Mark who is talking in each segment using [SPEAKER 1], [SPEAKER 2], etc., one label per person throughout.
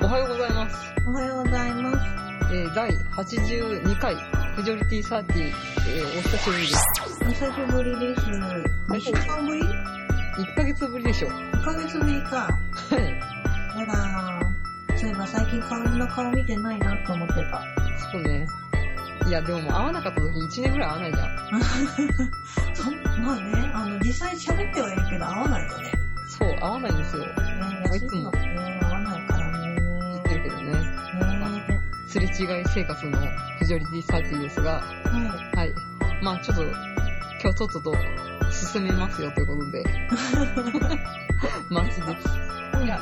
[SPEAKER 1] おはようございます。
[SPEAKER 2] おはようございます。
[SPEAKER 1] えー、第82回、フジョリティサーティ、えー、お久しぶりです。
[SPEAKER 2] お久しぶりです。2週間ぶり ?1
[SPEAKER 1] 1ヶ月ぶりでしょ。は
[SPEAKER 2] ヶ月ぶりか。
[SPEAKER 1] い。
[SPEAKER 2] あらー、そういえば最近香りの顔見てないなと思ってた。
[SPEAKER 1] そうね。いや、でももう会わなかった時1年ぐらい会わないじゃん。
[SPEAKER 2] そまあね、あの、実際喋ってはいるけど合わないよね。ね、
[SPEAKER 1] そう、会わないんですよ。あい
[SPEAKER 2] 休
[SPEAKER 1] つ
[SPEAKER 2] み
[SPEAKER 1] も
[SPEAKER 2] だとね、合わないからね。
[SPEAKER 1] 言ってるけどね。
[SPEAKER 2] ね
[SPEAKER 1] すれ違い生活のフジョリティサーティですが、
[SPEAKER 2] は
[SPEAKER 1] はい。まあちょっと、今日とっとと進めますよということで。 マジです。
[SPEAKER 2] い。
[SPEAKER 1] いや、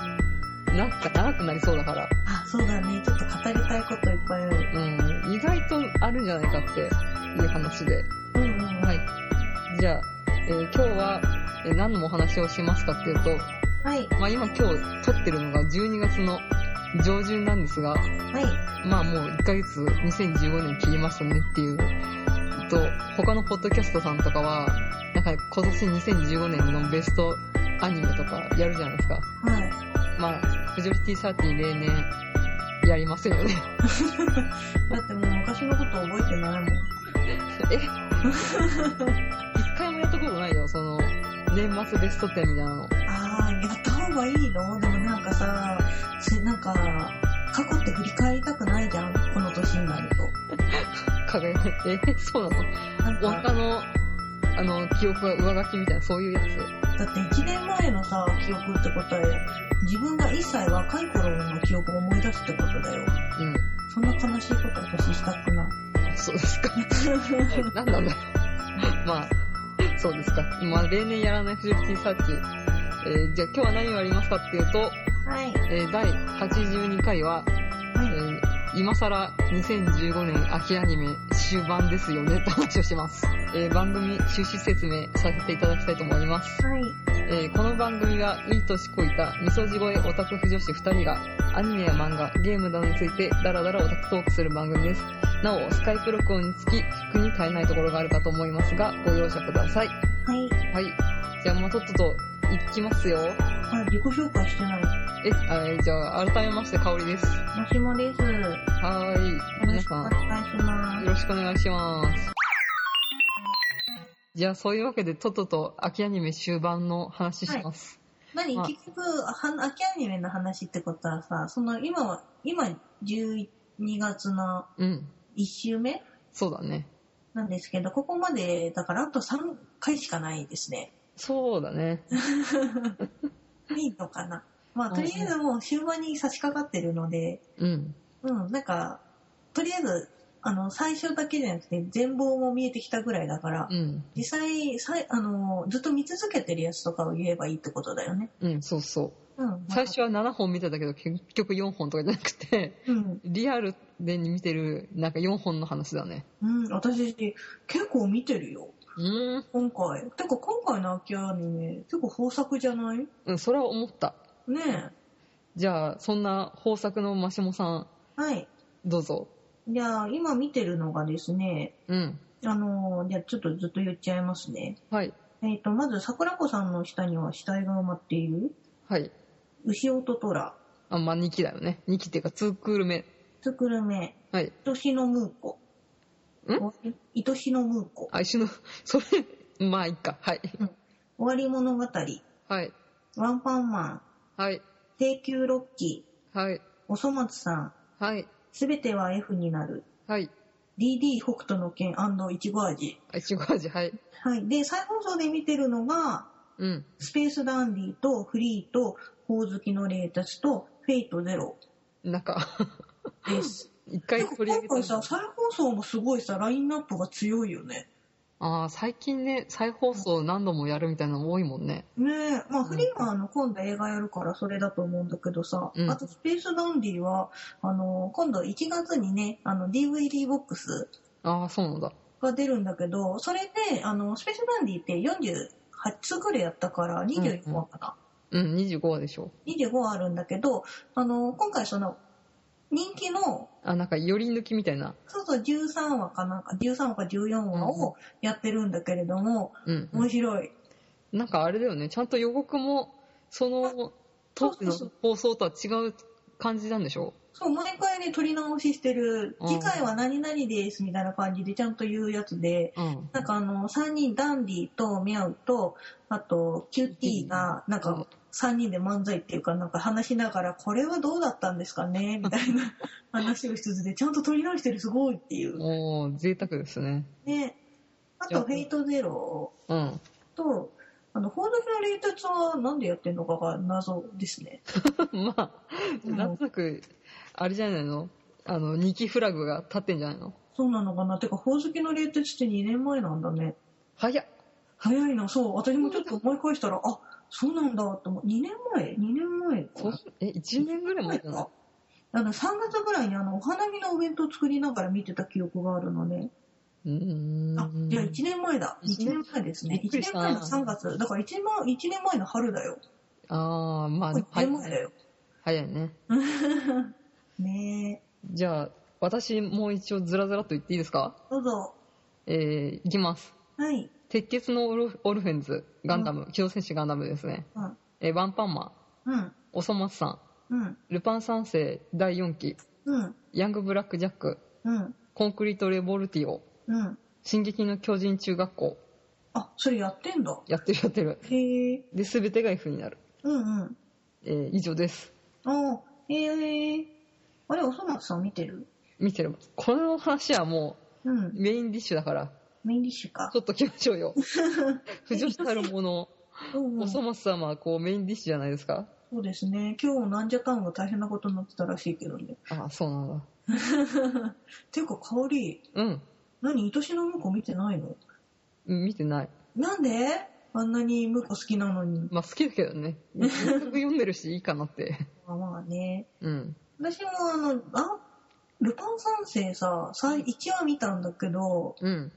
[SPEAKER 1] なんか長くなりそうだから。
[SPEAKER 2] あ、そうだね。ちょっと語りたいこといっぱいある。
[SPEAKER 1] うん、意外とあるんじゃないかっていう話で。
[SPEAKER 2] うんうんうん。
[SPEAKER 1] はい。じゃあ、えー今日は、えー何のお話をしますかっていうと、
[SPEAKER 2] はい。
[SPEAKER 1] まあ今今日撮ってるのが12月の上旬なんですが、
[SPEAKER 2] はい。
[SPEAKER 1] まあもう1ヶ月2015年切りましたねっていう、と、他のポッドキャストさんとかは、なんか今年2015年のベストアニメとかやるじゃないですか。
[SPEAKER 2] はい。
[SPEAKER 1] まあ、フジョリティサーティ例年やりませんよね。
[SPEAKER 2] だってもう昔のこと覚えてないもん。
[SPEAKER 1] え 一回もやったことないよ、その、年末ベスト10みたいなの。
[SPEAKER 2] ああ、やった方がいいのでもなんかさ、つなんか、過去って振り返りたくないじゃんこの年になると。
[SPEAKER 1] 輝いて、 え、そうなの
[SPEAKER 2] なん
[SPEAKER 1] おっ
[SPEAKER 2] か、
[SPEAKER 1] たの、あの、記憶が上書きみたいな、そういうやつ。
[SPEAKER 2] だって1年前のさ、記憶ってことは、自分が1歳若い頃の記憶を思い出すってことだよ。
[SPEAKER 1] うん。
[SPEAKER 2] そんな悲しいこと私したくない。
[SPEAKER 1] あそうですか。 なんなんだろう。 まあ、そうですか。まあ、例年やらないフジティサーチ。えーじゃあ今日は何をやりますかっていうと、
[SPEAKER 2] はい。
[SPEAKER 1] えー第82回は、
[SPEAKER 2] は
[SPEAKER 1] え
[SPEAKER 2] い。
[SPEAKER 1] ー今更2015年秋アニメ終盤ですよねって話をします。えー番組趣旨説明させていただきたいと思います。
[SPEAKER 2] はい。
[SPEAKER 1] えーこの番組はいい年こいたみそじ声オタク婦女子2人がアニメや漫画ゲームなどについてダラダラオタクトークする番組ですなおスカイプ録音につき服に足りないところがあるかと思いますがご容赦ください
[SPEAKER 2] はい。
[SPEAKER 1] はいじゃあもうとっとといきますよ
[SPEAKER 2] あ、自己紹介してない。
[SPEAKER 1] えあえーじゃあ改めまして香りです
[SPEAKER 2] マシモです。よ
[SPEAKER 1] はーい
[SPEAKER 2] ろ
[SPEAKER 1] 皆
[SPEAKER 2] しく
[SPEAKER 1] さ
[SPEAKER 2] お
[SPEAKER 1] ん
[SPEAKER 2] 願いしま
[SPEAKER 1] よろしくお願いしますじゃあそういうわけでとっとと秋アニメ終盤の話します、
[SPEAKER 2] す。何
[SPEAKER 1] はい
[SPEAKER 2] 結局、は秋アニメの話ってことはさ、その今は、今12月の
[SPEAKER 1] うん
[SPEAKER 2] 1週目
[SPEAKER 1] そうだね
[SPEAKER 2] なんですけど、ここまで、だからあと3回しかないですね。
[SPEAKER 1] そうだね
[SPEAKER 2] いいのかな。まあ、
[SPEAKER 1] そうで
[SPEAKER 2] とり
[SPEAKER 1] すね
[SPEAKER 2] あえずもう終盤に差し掛かってるので、
[SPEAKER 1] うん。
[SPEAKER 2] うん、なんか、とりあえず、あの、最初だけじゃなくて、全貌も見えてきたぐらいだから、
[SPEAKER 1] うん。
[SPEAKER 2] 実際、さいあの、ずっと見続けてるやつとかを言えばいいってことだよね。
[SPEAKER 1] うん、そうそう。
[SPEAKER 2] うん。
[SPEAKER 1] 最初は7本見てたけど、結局4本とかじゃなくて、
[SPEAKER 2] うん。
[SPEAKER 1] リアルで見てる、なんか4本の話だね。
[SPEAKER 2] うん、私、結構見てるよ。
[SPEAKER 1] うーん。
[SPEAKER 2] 今回。てか、今回の秋アニメ、結構豊作じゃないね
[SPEAKER 1] うん、それは思った。
[SPEAKER 2] え。
[SPEAKER 1] じゃあ、そんな豊作のマシモさん、
[SPEAKER 2] はい。
[SPEAKER 1] どうぞ。
[SPEAKER 2] じゃあ、今見てるのがですね、
[SPEAKER 1] うん。
[SPEAKER 2] あのー、じゃあちょっとずっと言っちゃいますね。
[SPEAKER 1] はい。
[SPEAKER 2] えっ、と、まず、桜子さんの下には死体が埋まっている、
[SPEAKER 1] はい。
[SPEAKER 2] 牛音虎、
[SPEAKER 1] あ、まあ、2期だよね。2期っていうか、2クール目。
[SPEAKER 2] つくるめ、
[SPEAKER 1] はい。
[SPEAKER 2] 愛しのムーコ。愛しのムーコ。
[SPEAKER 1] あ、一緒の、 それ、まあ、いっか。はい。
[SPEAKER 2] 終わり物語、
[SPEAKER 1] はい。
[SPEAKER 2] ワンパンマン、
[SPEAKER 1] はい。
[SPEAKER 2] 低級ロッキー、
[SPEAKER 1] はい。
[SPEAKER 2] おそ松さん、
[SPEAKER 1] はい。
[SPEAKER 2] すべては F になる、
[SPEAKER 1] はい。
[SPEAKER 2] DD 北斗の剣いちご味。
[SPEAKER 1] あ、いちご味、はい。
[SPEAKER 2] はい。で、再放送で見てるのが、
[SPEAKER 1] うん。
[SPEAKER 2] スペースダンディとフリーと、ほおずきの霊たちと、フェイトゼロ
[SPEAKER 1] なんか、
[SPEAKER 2] です。
[SPEAKER 1] 一回
[SPEAKER 2] なんか
[SPEAKER 1] 取り上げ
[SPEAKER 2] 今
[SPEAKER 1] た
[SPEAKER 2] 回さ、再放送もすごいさ、ラインナップが強いよね。
[SPEAKER 1] ああ、最近ね、再放送何度もやるみたいなの多いもんね。
[SPEAKER 2] ねえ、まあ、
[SPEAKER 1] ん
[SPEAKER 2] フリーはあの、今度映画やるからそれだと思うんだけどさ、
[SPEAKER 1] うん
[SPEAKER 2] あとスペースダンディは、あの、今度1月にね、あの、DVD ボックス
[SPEAKER 1] ああ、そうなんだ。
[SPEAKER 2] が出るんだけど、それで、あの、スペースダンディって48ぐらいやったから、24話かな。
[SPEAKER 1] うん、25話でしょ。
[SPEAKER 2] 25あるんだけど、あの、今回その、人気の、
[SPEAKER 1] あ、なんか、より抜きみたいな。
[SPEAKER 2] そうそう、13話かなんか、13話か14話をやってるんだけれども、
[SPEAKER 1] うん。
[SPEAKER 2] 面白い。
[SPEAKER 1] なんかあれだよね、ちゃんと予告も、その、当時の放送とは違う感じなんでしょ
[SPEAKER 2] そう、毎回ね、撮り直ししてる
[SPEAKER 1] う、ん
[SPEAKER 2] 次回は何々ですみたいな感じでちゃんと言うやつで、
[SPEAKER 1] うん。
[SPEAKER 2] なんかあの、3人、ダンディとミャウと、あと、キューティーが、なんか、3人で漫才っていうか、なんか話しながら、これはどうだったんですかねみたいな話をしつつで、ちゃんと撮り直してる、すごいっていう。
[SPEAKER 1] おー、贅沢ですね。
[SPEAKER 2] ね。あと、フェイトゼロ
[SPEAKER 1] うん。
[SPEAKER 2] と、あの、報道フの冷徹はなんでやってんのかが謎ですね。
[SPEAKER 1] まあ、
[SPEAKER 2] うん
[SPEAKER 1] なんとなく、あれじゃないのあの、2期フラグが立ってんじゃないの
[SPEAKER 2] そうなのかなてか、ほおずきの冷徹って2年前なんだね。
[SPEAKER 1] 早っ
[SPEAKER 2] 早いな、そう。私もちょっと思い返したら、あ、そうなんだ、と思う。2年前 ?2 年前
[SPEAKER 1] そえ、1年ぐらい前じゃない
[SPEAKER 2] あの、3月ぐらいにあの、お花見のお弁当作りながら見てた記憶があるのね。
[SPEAKER 1] うーん。
[SPEAKER 2] あ、じゃあ1年前だ。
[SPEAKER 1] 一
[SPEAKER 2] 1
[SPEAKER 1] 年
[SPEAKER 2] 年前ですね。
[SPEAKER 1] びっく
[SPEAKER 2] 1
[SPEAKER 1] りし
[SPEAKER 2] 年
[SPEAKER 1] た
[SPEAKER 2] 前の3月。だから1年前 ,1 年前の春だよ。
[SPEAKER 1] あー、まあ、
[SPEAKER 2] 1
[SPEAKER 1] 早い
[SPEAKER 2] 年前だ
[SPEAKER 1] ね。
[SPEAKER 2] よ。
[SPEAKER 1] 早いね。
[SPEAKER 2] ね
[SPEAKER 1] じゃあ、私もう一応ずらずらと言っていいですか
[SPEAKER 2] え。どうぞ。
[SPEAKER 1] えー、いきます。
[SPEAKER 2] はい。
[SPEAKER 1] 鉄血のオルオルフェンズ、ガンダム、機動戦士ガンダムですね。
[SPEAKER 2] うん。
[SPEAKER 1] えー、ワンパンマン、
[SPEAKER 2] うん。
[SPEAKER 1] おそ松さん、
[SPEAKER 2] うん。
[SPEAKER 1] ルパン三世第4期、
[SPEAKER 2] うん。
[SPEAKER 1] ヤングブラックジャック、
[SPEAKER 2] うん。
[SPEAKER 1] コンクリートレボルティオ、
[SPEAKER 2] うん。
[SPEAKER 1] 進撃の巨人中学校、
[SPEAKER 2] あ、それやってんだ。
[SPEAKER 1] やってるやってる。
[SPEAKER 2] へえ。
[SPEAKER 1] で、全てが F になる。
[SPEAKER 2] うんうん。
[SPEAKER 1] えー以上です。
[SPEAKER 2] あへえ。あれ、おそ松さん見てる
[SPEAKER 1] 見てる。この話はも
[SPEAKER 2] うん
[SPEAKER 1] う。メインディッシュだから、
[SPEAKER 2] メインディッシュか
[SPEAKER 1] ち。ょっと来ましょうよ。不女子たるもの、
[SPEAKER 2] うんう
[SPEAKER 1] お
[SPEAKER 2] ん
[SPEAKER 1] そ
[SPEAKER 2] そ
[SPEAKER 1] 松様はこうメインディッシュじゃないですか。
[SPEAKER 2] うですね。今日、なんじゃタウンが大変なことになってたらしいけどね。
[SPEAKER 1] ああ、そうなんだ。
[SPEAKER 2] ていうか、香り、
[SPEAKER 1] うん。
[SPEAKER 2] 何愛しの婿見てないの
[SPEAKER 1] うん見てない。
[SPEAKER 2] なんであんなに婿好きなのに。
[SPEAKER 1] まあ好きだけど ね。全く読んでるし、いいかなって。
[SPEAKER 2] まあまあね。
[SPEAKER 1] うん。
[SPEAKER 2] 私もあの、あ、ルパン三世さ、最、1話見たんだけど、
[SPEAKER 1] うん。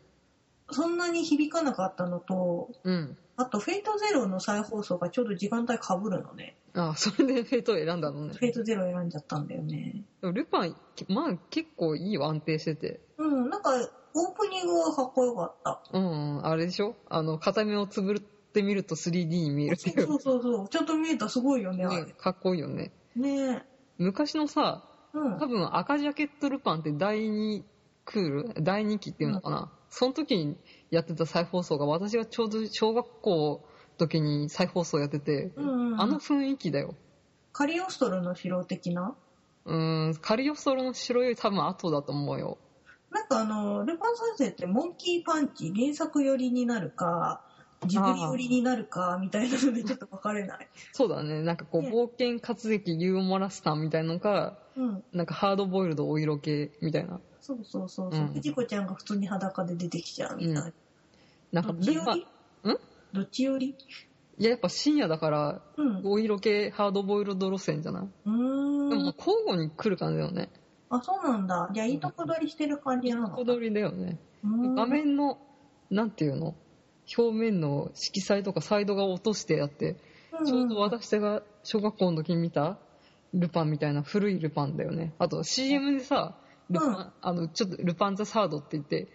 [SPEAKER 2] そんなに響かなかったのと、
[SPEAKER 1] うん。
[SPEAKER 2] あと、フェイトゼロの再放送がちょうど時間帯被るのね。
[SPEAKER 1] ああ、それでフェイトを選んだのね。
[SPEAKER 2] フェイトゼロ選んじゃったんだよね。
[SPEAKER 1] でもルパン、まあ結構いいよ、安定してて。
[SPEAKER 2] うん、なんか、オープニングはかっこよかった。
[SPEAKER 1] うん、うんあれでしょあの、片目をつぶってみると 3D に見えるってい。
[SPEAKER 2] そううそうそう。ちゃんと見えた、すごいよね、あれ
[SPEAKER 1] ね、かっこいいよね。
[SPEAKER 2] ねえ。
[SPEAKER 1] 昔のさ、
[SPEAKER 2] うん
[SPEAKER 1] 多。分赤ジャケットルパンって第2クール第2期っていうのかな、その時にやってた再放送が私がちょうど小学校の時に再放送やってて、
[SPEAKER 2] うんうん
[SPEAKER 1] あの雰囲気だよ。
[SPEAKER 2] カリオストロの城的な
[SPEAKER 1] うーん、カリオストロの城より多分後だと思うよ。
[SPEAKER 2] なんかあの、ルパン三世ってモンキーパンチ、原作寄りになるか、ジブリ寄りになるか、みたいなのでちょっと分かれない。
[SPEAKER 1] そうだね、なんかこう、
[SPEAKER 2] ね
[SPEAKER 1] 冒険活劇ユーモラスタンみたいのか、
[SPEAKER 2] うん。
[SPEAKER 1] なんかハードボイルドお色系みたいな。
[SPEAKER 2] そうそうそう
[SPEAKER 1] う
[SPEAKER 2] そ
[SPEAKER 1] ん
[SPEAKER 2] う。藤子ちゃんが普通に裸で出てきちゃうみたいな。
[SPEAKER 1] なんか
[SPEAKER 2] どっ
[SPEAKER 1] ル
[SPEAKER 2] ち寄
[SPEAKER 1] パン、い
[SPEAKER 2] りどっち寄り
[SPEAKER 1] ややっぱ深夜だから、
[SPEAKER 2] うん。う
[SPEAKER 1] お色系ハードボイルド路線じゃない、でも
[SPEAKER 2] ーん。
[SPEAKER 1] 交互に来る感じだよね。
[SPEAKER 2] あ、そうなんだ。じゃあ、いいとこ取りしてる感じなのか
[SPEAKER 1] 小。鳥だよね。
[SPEAKER 2] うーん
[SPEAKER 1] 画面の、なんていうの表面の色彩とかサイドが落としてあって、ちょうど私が小学校の時に見たルパンみたいな古いルパンだよね。あと CM でさ、ルパン、
[SPEAKER 2] うん
[SPEAKER 1] あの、ちょっとルパンザサードって言って、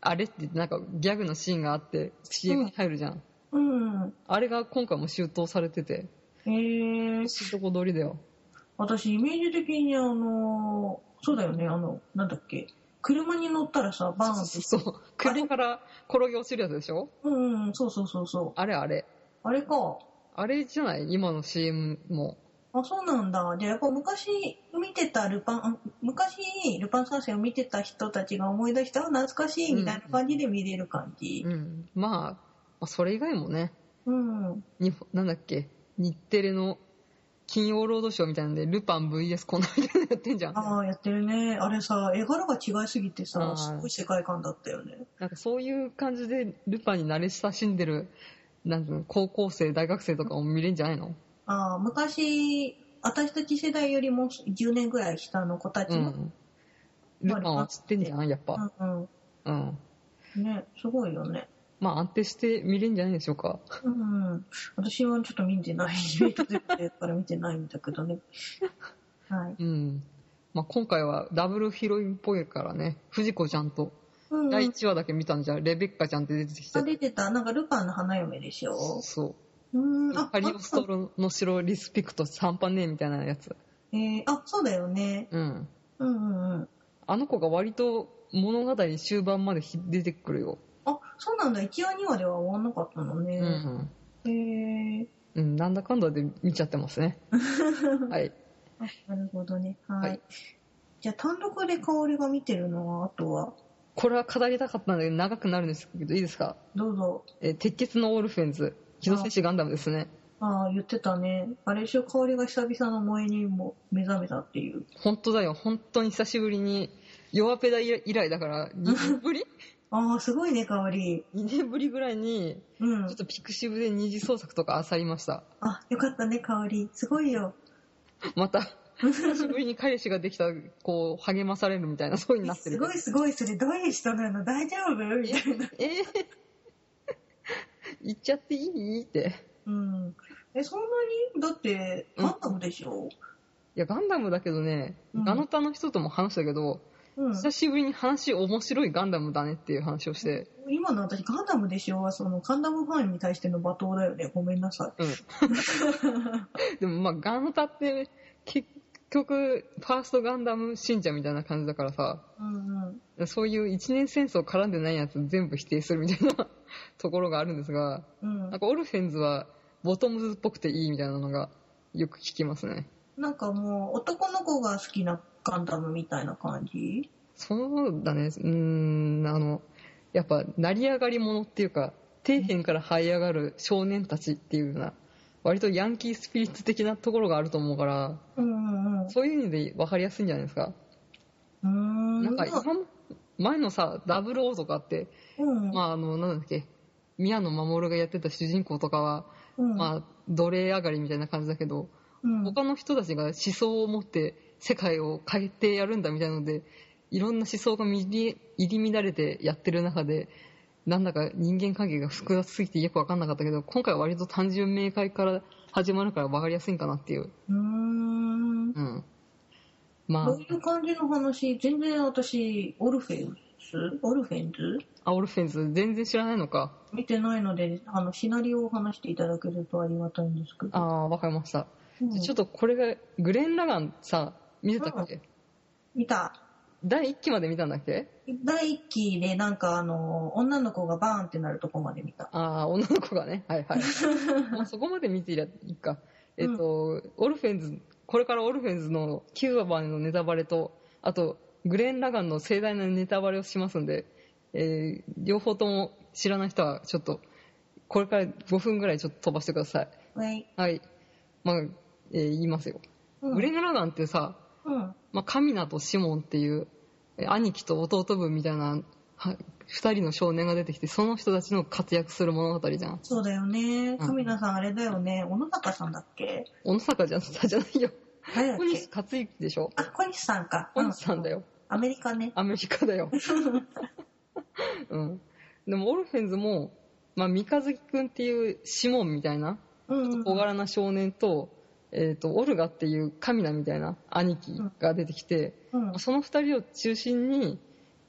[SPEAKER 1] あれって言ってなんかギャグのシーンがあって CM に入るじゃん。
[SPEAKER 2] うん。うん。
[SPEAKER 1] あれが今回も周到されてて、
[SPEAKER 2] えー、
[SPEAKER 1] 知床通りだよ。
[SPEAKER 2] 私、イメージ的にあのー、そうだよね、あの、なんだっけ。車に乗ったらさ、バーンって。
[SPEAKER 1] そう、車から転げ落ちるやつでしょ
[SPEAKER 2] うんうん、そうそうそうそう。
[SPEAKER 1] あれあれ。
[SPEAKER 2] あれか。
[SPEAKER 1] あれじゃない今の CM も。
[SPEAKER 2] あ、そうなんだ。じゃあやっぱ昔見てたルパン、あ昔ルパン三世を見てた人たちが思い出したあ懐かしいみたいな感じで見れる感じ
[SPEAKER 1] う。ん。まあ、まあそれ以外もね、
[SPEAKER 2] うん。うん、
[SPEAKER 1] になんだっけ、日テレの金曜ロードショーみたいなんで、ルパン VS こんなみたいなのやってんじゃん。
[SPEAKER 2] ああ、やってるね。あれさ、絵柄が違いすぎて
[SPEAKER 1] あ
[SPEAKER 2] さ、
[SPEAKER 1] ー
[SPEAKER 2] すごい世界観だったよね。
[SPEAKER 1] なんかそういう感じで、ルパンに慣れ親しんでる、なんていうの高校生、大学生とかも見れんじゃないの
[SPEAKER 2] ああ、昔、私たち世代よりも10年ぐらい下の子たち
[SPEAKER 1] う
[SPEAKER 2] も、
[SPEAKER 1] ん。ルパンは知ってんじゃんやっぱ。
[SPEAKER 2] うん、う
[SPEAKER 1] うん。
[SPEAKER 2] ん。ね、すごいよね。
[SPEAKER 1] まあ安定して見れんじゃないでしょうか。
[SPEAKER 2] うん。私はちょっと見てない。YouTube から見てないんだけどね。は
[SPEAKER 1] う
[SPEAKER 2] い。
[SPEAKER 1] ん。まあ、今回はダブルヒロインっぽいからね、藤子ちゃんと、
[SPEAKER 2] うんうん、
[SPEAKER 1] 第1話だけ見たんじゃ、レベッカちゃんって出てきちゃ
[SPEAKER 2] あ
[SPEAKER 1] っ
[SPEAKER 2] 出てた、なんかルパンの花嫁でしょ
[SPEAKER 1] た。。そう。
[SPEAKER 2] うーん、あ、
[SPEAKER 1] ハリオストロの城リスペクト半端ねえみたいなやつ。
[SPEAKER 2] えーあ、そうだよね。
[SPEAKER 1] うん。
[SPEAKER 2] うんうんうん。
[SPEAKER 1] あの子が割と物語終盤までひ出てくるよ。
[SPEAKER 2] あ、そうなんだ。1話2話では終わんなかったの
[SPEAKER 1] う
[SPEAKER 2] ね。
[SPEAKER 1] ん。
[SPEAKER 2] へえ
[SPEAKER 1] うん、なんだかんだで見ちゃってます ね。はい。
[SPEAKER 2] あなるほどね。はい。
[SPEAKER 1] はい
[SPEAKER 2] じゃあ単独で香りが見てるのは、あとは、
[SPEAKER 1] これは語りたかったので長くなるんですけど、いいですか
[SPEAKER 2] どうぞ。
[SPEAKER 1] えー鉄血のオルフェンズ、機動戦士ガンダムですね。
[SPEAKER 2] ああ、言ってたね。あれでしょ、香りが久々の萌えにも目覚めたっていう。
[SPEAKER 1] 本当だよ、本当に久しぶりに、弱ペダ以来だから、2年 ぶり
[SPEAKER 2] ああ、すごいね、香り。
[SPEAKER 1] ?2 年ぶりぐらいに、
[SPEAKER 2] う
[SPEAKER 1] ち
[SPEAKER 2] ん
[SPEAKER 1] ょっ。とピクシブで二次創作とか漁りました。
[SPEAKER 2] あ、よかったね、香り。すごいよ。
[SPEAKER 1] ま た、久しぶりに彼氏ができた、こう、励まされるみたいな、そういうになって
[SPEAKER 2] す
[SPEAKER 1] る。
[SPEAKER 2] ごいすごい、それどういう人なの大丈夫みた いな。
[SPEAKER 1] えー、言っちゃっていいって。
[SPEAKER 2] うん。え、そんなにだって、
[SPEAKER 1] うん
[SPEAKER 2] ガンダムでしょ
[SPEAKER 1] いや、ガンダムだけどね、
[SPEAKER 2] うん
[SPEAKER 1] ガノタの人とも話したけど、
[SPEAKER 2] うん。
[SPEAKER 1] 久しぶりに話面白いガンダムだねっていう話をして、
[SPEAKER 2] 今の私、ガンダムでしょは、その、ガンダムファンに対しての罵倒だよね。ごめんなさ
[SPEAKER 1] うん。でもまあ、ガノタって、結局、ファーストガンダム信者みたいな感じだからさ、
[SPEAKER 2] い。うんうん。
[SPEAKER 1] そういう一年戦争絡んでないやつ全部否定するみたいな ところがあるんですが、
[SPEAKER 2] うん
[SPEAKER 1] なん。かオルフェンズはボトムズっぽくていいみたいなのがよく聞きますね。
[SPEAKER 2] なんかもう、男の子が好きなガンダムみたいな感じ
[SPEAKER 1] そうだね、うーん、あの、やっぱ成り上がり者っていうか、底辺から這い上がる少年たちっていうような、割とヤンキースピリッツ的なところがあると思うから、
[SPEAKER 2] うんうんうん。う
[SPEAKER 1] そういう意味で分かりやすいんじゃないですか。
[SPEAKER 2] ーん。
[SPEAKER 1] なんか今も、前のさ、00とかって、
[SPEAKER 2] うん。
[SPEAKER 1] まああの、なんだっけ、宮野真守がやってた主人公とかは、
[SPEAKER 2] うん、
[SPEAKER 1] まあ、奴隷上がりみたいな感じだけど、
[SPEAKER 2] うん、
[SPEAKER 1] 他の人たちが思想を持って世界を変えてやるんだみたいなのでいろんな思想が入り入り乱れてやってる中でなんだか人間関係が複雑すぎてよく分かんなかったけど今回は割と単純明快から始まるから分かりやすいんかなっていう、
[SPEAKER 2] うーん。
[SPEAKER 1] うん、ま
[SPEAKER 2] どういう感じの話全然私、オルフェンスオルフェンズ
[SPEAKER 1] あアオルフェンズ全然知らないのか
[SPEAKER 2] 見てないので、あの、シナリオを話していただけるとありがたいんですけど。
[SPEAKER 1] ああ分かりました、
[SPEAKER 2] うん
[SPEAKER 1] じゃあちょっとこれがグレン・ラガンさ見てたっけ、
[SPEAKER 2] 見た。
[SPEAKER 1] 第1期まで見たんだっけ
[SPEAKER 2] 第1期でなんかあの、女の子がバーンってなるとこまで見た。
[SPEAKER 1] ああ、女の子がね。はい はい。まあそこまで見ていりゃいいか。えっと、オルフェンズ、これからオルフェンズの9話までのネタバレと、あと、グレン・ラガンの盛大なネタバレをしますんで、えー両方とも知らない人は、ちょっと、これから5分ぐらいちょっと飛ばしてください。
[SPEAKER 2] はい。
[SPEAKER 1] はい。まあ、えー言いますよ。
[SPEAKER 2] うん
[SPEAKER 1] グレン・ラガンってさ、
[SPEAKER 2] うん。
[SPEAKER 1] まあ、カミナとシモンっていうえー兄貴と弟分みたいなは二人の少年が出てきてその人たちの活躍する物語じゃん
[SPEAKER 2] そうだよね。神田さんあれだよね。小野坂さんだっけ
[SPEAKER 1] 小野坂じゃんじゃないよ
[SPEAKER 2] 誰だっ
[SPEAKER 1] 小西
[SPEAKER 2] け
[SPEAKER 1] 克幸でしょ
[SPEAKER 2] あ、小西さんか。
[SPEAKER 1] 小西さんだ
[SPEAKER 2] よ。
[SPEAKER 1] よ
[SPEAKER 2] アメリ カね。
[SPEAKER 1] アメリカだようんでもオルフェンズも、まあ、三日月くんっていうシモンみたいな
[SPEAKER 2] うんうん。
[SPEAKER 1] 小柄な少年と,、えー、とオルガっていうカミナみたいな兄貴が出てきて、
[SPEAKER 2] うん
[SPEAKER 1] その二人を中心に、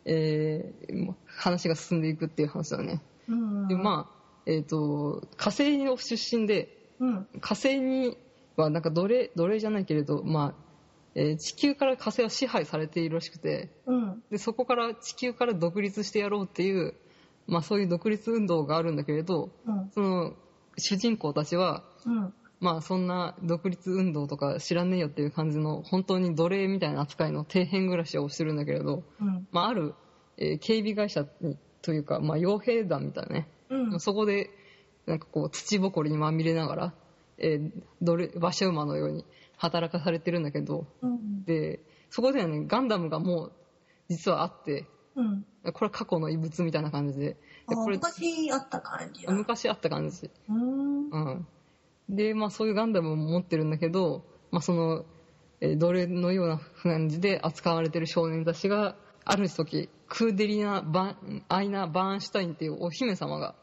[SPEAKER 1] えー話が進んでいくっていう話だね。
[SPEAKER 2] うん。
[SPEAKER 1] でまあ、えっ、と、火星の出身で、
[SPEAKER 2] うん。
[SPEAKER 1] 火星にはなんか奴隷、奴隷じゃないけれど、まあ、えー地球から火星は支配されているらしくて、
[SPEAKER 2] うん。
[SPEAKER 1] で、そこから地球から独立してやろうっていう、まあそういう独立運動があるんだけれど、
[SPEAKER 2] うん。
[SPEAKER 1] その主人公たちは、
[SPEAKER 2] うん。
[SPEAKER 1] まあそんな独立運動とか知らねえよっていう感じの本当に奴隷みたいな扱いの底辺暮らしをしてるんだけれど、
[SPEAKER 2] うん。
[SPEAKER 1] まあある、えー警備会社にというか、まあ傭兵団みたいなね、
[SPEAKER 2] うん。
[SPEAKER 1] そこでなんかこう土ぼこりにまみれながら、えー奴隷馬車馬のように働かされてるんだけど、
[SPEAKER 2] うん。
[SPEAKER 1] で、そこではね、ガンダムがもう実はあって、
[SPEAKER 2] うん。
[SPEAKER 1] これは過去の遺物みたいな感じで、
[SPEAKER 2] あ
[SPEAKER 1] でこれ
[SPEAKER 2] 昔あった感じだ。う
[SPEAKER 1] 昔あった感じ。
[SPEAKER 2] ーん。
[SPEAKER 1] うん、で、まあ、そういうガンダムも持ってるんだけど、まあ、その、えー奴隷のような感じで扱われてる少年たちがある時クーデリナ・バンアイナ・バーンシュタインっていうお姫様が、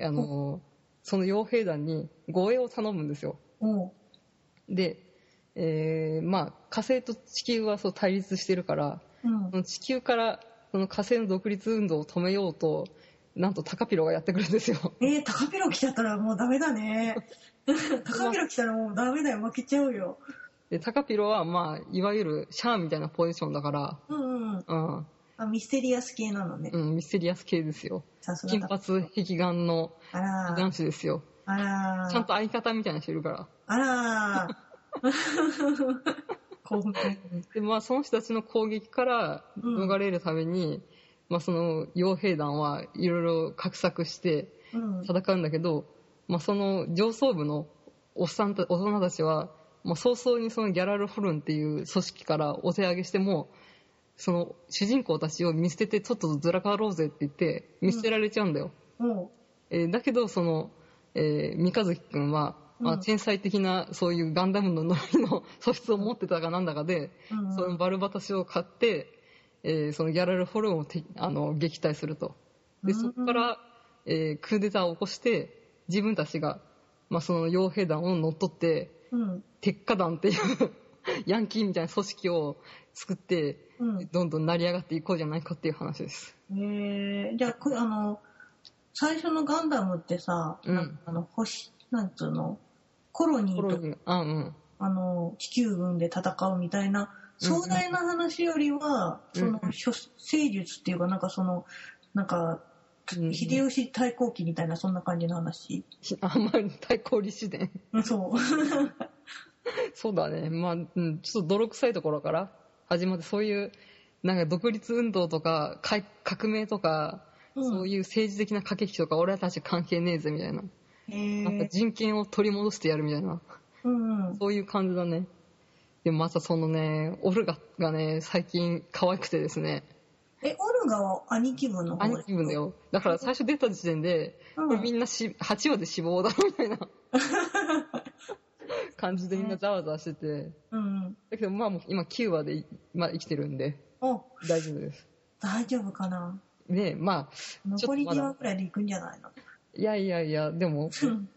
[SPEAKER 1] あのーその傭兵団に護衛を頼むんですよ
[SPEAKER 2] おう。
[SPEAKER 1] で、ええーまあ、火星と地球はそう対立してるから
[SPEAKER 2] うん
[SPEAKER 1] その地球からその火星の独立運動を止めようとなんとタカピロがやってくるんですよ
[SPEAKER 2] えー、タカピロ来ちゃったらもうダメだね。 タカピロ来たらもうダメだよ、負けちゃうよ。
[SPEAKER 1] でタカピロは、まあ、いわゆるシャアみたいなポジションだか
[SPEAKER 2] うんうん。
[SPEAKER 1] ら、うん
[SPEAKER 2] あミステリアス系なのね。
[SPEAKER 1] うん、ミステリアス系ですよ
[SPEAKER 2] さす
[SPEAKER 1] 金
[SPEAKER 2] がだ。
[SPEAKER 1] 髪壁眼の
[SPEAKER 2] あらー
[SPEAKER 1] 男子ですよ
[SPEAKER 2] あら
[SPEAKER 1] ちゃん
[SPEAKER 2] ー
[SPEAKER 1] と相方みたいな人いるから
[SPEAKER 2] あらー 興奮。
[SPEAKER 1] で、まあ、その人たちの攻撃から
[SPEAKER 2] うん
[SPEAKER 1] 逃れるために、まあ、その傭兵団はいろいろ画策して
[SPEAKER 2] うん。
[SPEAKER 1] 戦うんだけど、まあ、その上層部のおっさんた大人たちは、まあ、早々にそのギャラルホルンっていう組織からお手上げしてもその主人公たちを見捨ててちょっとずらかろうぜって言って見捨てられちゃうんだよ、
[SPEAKER 2] も
[SPEAKER 1] えーだけどその、えー三日月君は、まあ、
[SPEAKER 2] うん
[SPEAKER 1] 天才的なそういうガンダムのノリの素質を持ってたかなんだかで、
[SPEAKER 2] う、うん
[SPEAKER 1] そのバルバタシを買って、えーそのギャラルホルンをてあの撃退するとで
[SPEAKER 2] うん
[SPEAKER 1] そこから、えークーデターを起こして自分たちが、まあ、その傭兵団を乗っ取って
[SPEAKER 2] うん。
[SPEAKER 1] 鉄火団っていう ヤンキーみたいな組織を作って
[SPEAKER 2] うん。
[SPEAKER 1] どんどん成り上がっていこうじゃないかっていう話です
[SPEAKER 2] えー、じゃあ、こあの、最初のガンダムってさ、
[SPEAKER 1] うん
[SPEAKER 2] なんかあの、星、なんつうの、コロニ
[SPEAKER 1] コ
[SPEAKER 2] ー
[SPEAKER 1] ロ
[SPEAKER 2] と
[SPEAKER 1] ニーあうん
[SPEAKER 2] あの、地球軍で戦うみたいな、壮大な話よりは、
[SPEAKER 1] うん
[SPEAKER 2] そ
[SPEAKER 1] うん
[SPEAKER 2] の、諸生術っていうか、なんかその、なんか、
[SPEAKER 1] うん
[SPEAKER 2] 秀吉対抗期みたいな、そんな感じの話。
[SPEAKER 1] ひあんまり対抗立志伝
[SPEAKER 2] うん そう。
[SPEAKER 1] そうだねまあ、うん、ちょっと泥臭いところから始まってそういうなんか独立運動とかかい革命とかそう
[SPEAKER 2] い
[SPEAKER 1] いう政治的な駆け引きとか俺たち関係ねえぜみたいな
[SPEAKER 2] うん。
[SPEAKER 1] なん
[SPEAKER 2] へ
[SPEAKER 1] か
[SPEAKER 2] え。
[SPEAKER 1] 人権を取り戻してやるみたいな
[SPEAKER 2] うんうん。
[SPEAKER 1] そういう感じだねでもまたそのねオルガがね最近可愛くてですね
[SPEAKER 2] え、オルガは兄貴分の方
[SPEAKER 1] 兄貴分だよだから最初出た時点で
[SPEAKER 2] う
[SPEAKER 1] これみ
[SPEAKER 2] ん。
[SPEAKER 1] んなし8話で死亡だみたいな感じでみんなざわざわしてて
[SPEAKER 2] うん。
[SPEAKER 1] だけどまあもう今9話で、まあ、生きてるんで
[SPEAKER 2] お、
[SPEAKER 1] 大丈夫です
[SPEAKER 2] 大丈夫かな。
[SPEAKER 1] ねまあちょっ
[SPEAKER 2] 残
[SPEAKER 1] と
[SPEAKER 2] り
[SPEAKER 1] ま
[SPEAKER 2] 2
[SPEAKER 1] だ
[SPEAKER 2] 話くらいで行くんじゃないの。
[SPEAKER 1] いやいやいやでも
[SPEAKER 2] うん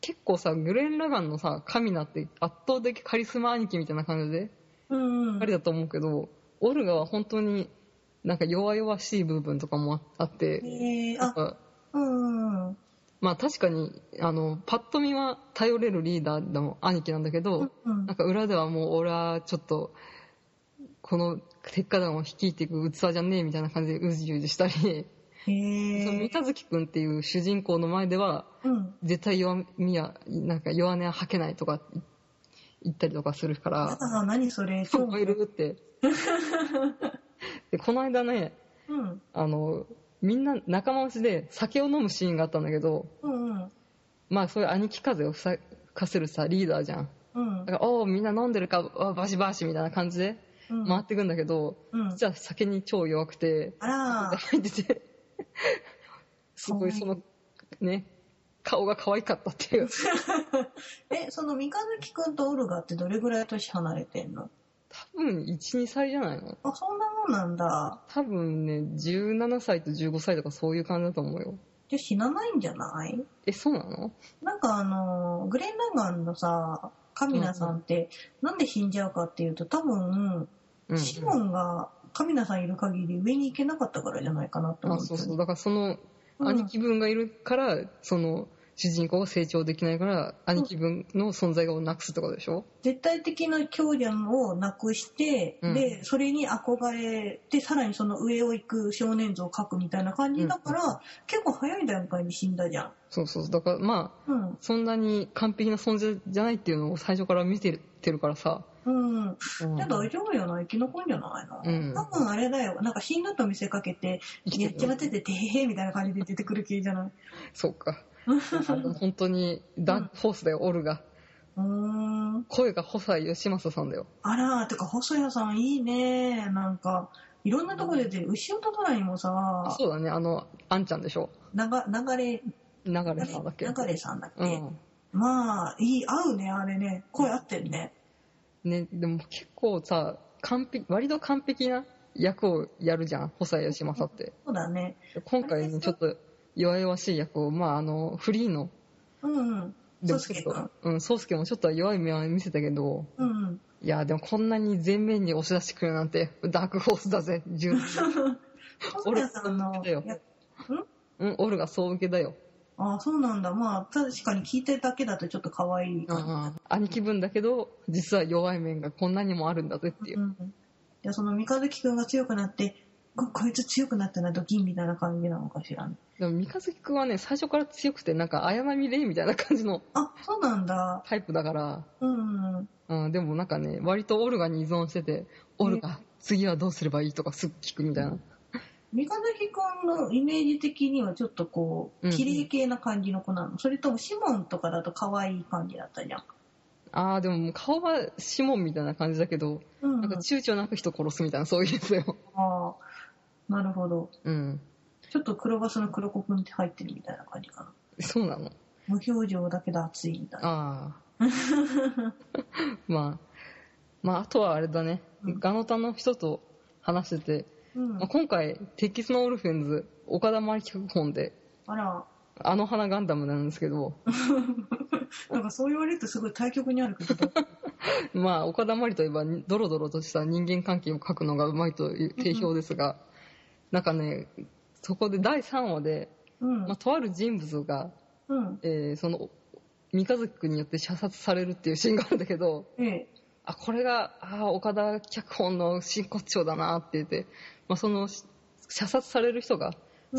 [SPEAKER 1] 結構さグレン・ラガンのさカミナって圧倒的カリスマ兄貴みたいな感じで
[SPEAKER 2] うん。
[SPEAKER 1] 彼だと思うけどオルガは本当になんか弱々しい部分とかもあって
[SPEAKER 2] へえ、
[SPEAKER 1] なん
[SPEAKER 2] あ、
[SPEAKER 1] か
[SPEAKER 2] うんうん。
[SPEAKER 1] まあ確かにあのパッと見は頼れるリーダーの兄貴なんだけど
[SPEAKER 2] うん
[SPEAKER 1] なんか裏ではもう俺はちょっとこの鉄火団を率いていく器じゃねえみたいな感じでうじうじしたり、その
[SPEAKER 2] へ
[SPEAKER 1] 三
[SPEAKER 2] え。
[SPEAKER 1] 日月君っていう主人公の前では
[SPEAKER 2] うん。
[SPEAKER 1] 絶対弱みやなんか弱音は吐けないとか言ったりとかするから
[SPEAKER 2] あさん、何それ、
[SPEAKER 1] 聞こえるって。で、この間ね、
[SPEAKER 2] うん。
[SPEAKER 1] あの、みんな仲間内で酒を飲むシーンがあったんだけど、
[SPEAKER 2] うんうん。
[SPEAKER 1] まあそういう兄貴風をふさかせるさ、リーダーじゃん。
[SPEAKER 2] うん
[SPEAKER 1] だ。から、おお、みんな飲んでるか、わバシバシみたいな感じで
[SPEAKER 2] うん
[SPEAKER 1] 回ってくんだけど、
[SPEAKER 2] うん。
[SPEAKER 1] 実は酒に超弱くて、
[SPEAKER 2] あらー、
[SPEAKER 1] 入ってて、すごいその、ね、顔が可愛かったっていう。
[SPEAKER 2] え、その三日月くんとオルガってどれぐらい年離れてんの
[SPEAKER 1] 多分1、2歳じゃないの
[SPEAKER 2] あ、そんなもんなんだ。
[SPEAKER 1] 多分ね、17歳と15歳とかそういう感じだと思うよ。
[SPEAKER 2] じゃあ死なないんじゃない
[SPEAKER 1] え、そうなの
[SPEAKER 2] なんかあのー、グレン・ラガンのさ、カミナさんって、なんで死んじゃうかっていうと、多分、
[SPEAKER 1] うん
[SPEAKER 2] シモンがカミナさんいる限り上に行けなかったからじゃないかなって思
[SPEAKER 1] あ
[SPEAKER 2] って。
[SPEAKER 1] そうそうだからその
[SPEAKER 2] うん
[SPEAKER 1] 兄貴分がいるから、その主人公が成長できないから兄貴分の存在をなくすってことでしょ、
[SPEAKER 2] 絶対的な強者をなくして、
[SPEAKER 1] うん
[SPEAKER 2] でそれに憧れてさらにその上を行く少年像を描くみたいな感じだから、結構早い段階に死んだじゃん。
[SPEAKER 1] そうそうだからまあ
[SPEAKER 2] うん
[SPEAKER 1] そんなに完璧な存在じゃないっていうのを最初から見ててるからさ、
[SPEAKER 2] うん、
[SPEAKER 1] うん
[SPEAKER 2] じゃあ大丈夫よな生き残るんじゃないの、
[SPEAKER 1] うん
[SPEAKER 2] 多分あれだよなんか死んだと見せかけて
[SPEAKER 1] 生き
[SPEAKER 2] やってちま
[SPEAKER 1] る
[SPEAKER 2] ってててへへみたいな感じで出てくる系じゃない
[SPEAKER 1] そう か
[SPEAKER 2] う
[SPEAKER 1] 本当にダークホースだよオルガ
[SPEAKER 2] ーん
[SPEAKER 1] 声が細谷義正さんだよ
[SPEAKER 2] あらてか細谷さんいいねなんかいろんなとこ出てる牛尾忠にも
[SPEAKER 1] あ
[SPEAKER 2] さ
[SPEAKER 1] そうだねあのあんちゃんでしょ
[SPEAKER 2] 流れ
[SPEAKER 1] 流れさんだっけ
[SPEAKER 2] 流れさんだっけ、
[SPEAKER 1] うん
[SPEAKER 2] まあ、いい、合うね、あれね。声合ってるね。
[SPEAKER 1] ね、でも結構さ完璧割と完璧な役をやるじゃん細谷義正って
[SPEAKER 2] そうだね。
[SPEAKER 1] 今回
[SPEAKER 2] あれ
[SPEAKER 1] ね
[SPEAKER 2] さ
[SPEAKER 1] ちょっと弱々しい役を、まあ、あのフリーの
[SPEAKER 2] うんうん。
[SPEAKER 1] でもちょっ
[SPEAKER 2] 宗介
[SPEAKER 1] と、うん、宗介もちょっとは弱い面は見せたけど、
[SPEAKER 2] うんうん
[SPEAKER 1] いや、でもこんなに前面に押し出してくるなんて、ダークホースだぜ、純粋
[SPEAKER 2] 細田さんの
[SPEAKER 1] 俺
[SPEAKER 2] や
[SPEAKER 1] うん、オルがそう受けだよ。
[SPEAKER 2] ああそうなんだまあ確かに聞いてるだけだとちょっと可愛い感
[SPEAKER 1] 兄貴分だけど、実は弱い面がこんなにもあるんだぜって
[SPEAKER 2] じ、
[SPEAKER 1] いうう。
[SPEAKER 2] ん、いやその三日月くんが強くなってここいつ強くなったなドキンみたいな感じなのかしらね
[SPEAKER 1] でも三日月くんはね、最初から強くて、なんか、綾波レイみたいな感じの
[SPEAKER 2] あそうなんだ
[SPEAKER 1] タイプだから、
[SPEAKER 2] うんうん
[SPEAKER 1] うん、でもなんかね、割とオルガに依存してて、オルガ、次はどうすればいいとかすっ聞くみたいな。
[SPEAKER 2] 三日月くんのイメージ的にはちょっとこ
[SPEAKER 1] う
[SPEAKER 2] うん
[SPEAKER 1] うん
[SPEAKER 2] 綺麗系な感じの子なの、それともシモンとかだと可愛い感じだったじゃん
[SPEAKER 1] あー、でももう顔はシモンみたいな感じだけど、
[SPEAKER 2] うん、
[SPEAKER 1] な
[SPEAKER 2] う
[SPEAKER 1] ん
[SPEAKER 2] ん、
[SPEAKER 1] か躊躇なく人殺すみたいな、そういうやつよ。
[SPEAKER 2] ああなるほど
[SPEAKER 1] うん。
[SPEAKER 2] ちょっと黒バスの黒子くんって入ってるみたいな感じかな
[SPEAKER 1] そうなの。
[SPEAKER 2] 無表情だけど熱いみたいな
[SPEAKER 1] ああ。 まあ。まあ、あとはあれだね。
[SPEAKER 2] うん
[SPEAKER 1] ガノタの人と話してて、
[SPEAKER 2] うん
[SPEAKER 1] まあ、今回、鉄血のオルフェンズ、岡田真理脚本で、
[SPEAKER 2] あら
[SPEAKER 1] あの花ガンダムなんですけ ど、
[SPEAKER 2] なんかそう言われるとすごい対極にあるけ ど
[SPEAKER 1] まあ、岡田真理といえば、ドロドロとした人間関係を書くのがうまいという定評ですが、なんかね、そこで第3話で、
[SPEAKER 2] うん
[SPEAKER 1] まあ、とある人物が、
[SPEAKER 2] うん
[SPEAKER 1] えーその、三日月君によって射殺されるっていうシーンがあるんだけど、
[SPEAKER 2] ええ
[SPEAKER 1] あ、これが、あー岡田脚本の真骨頂だなって言って、まあ、その、し射殺される人が、
[SPEAKER 2] うん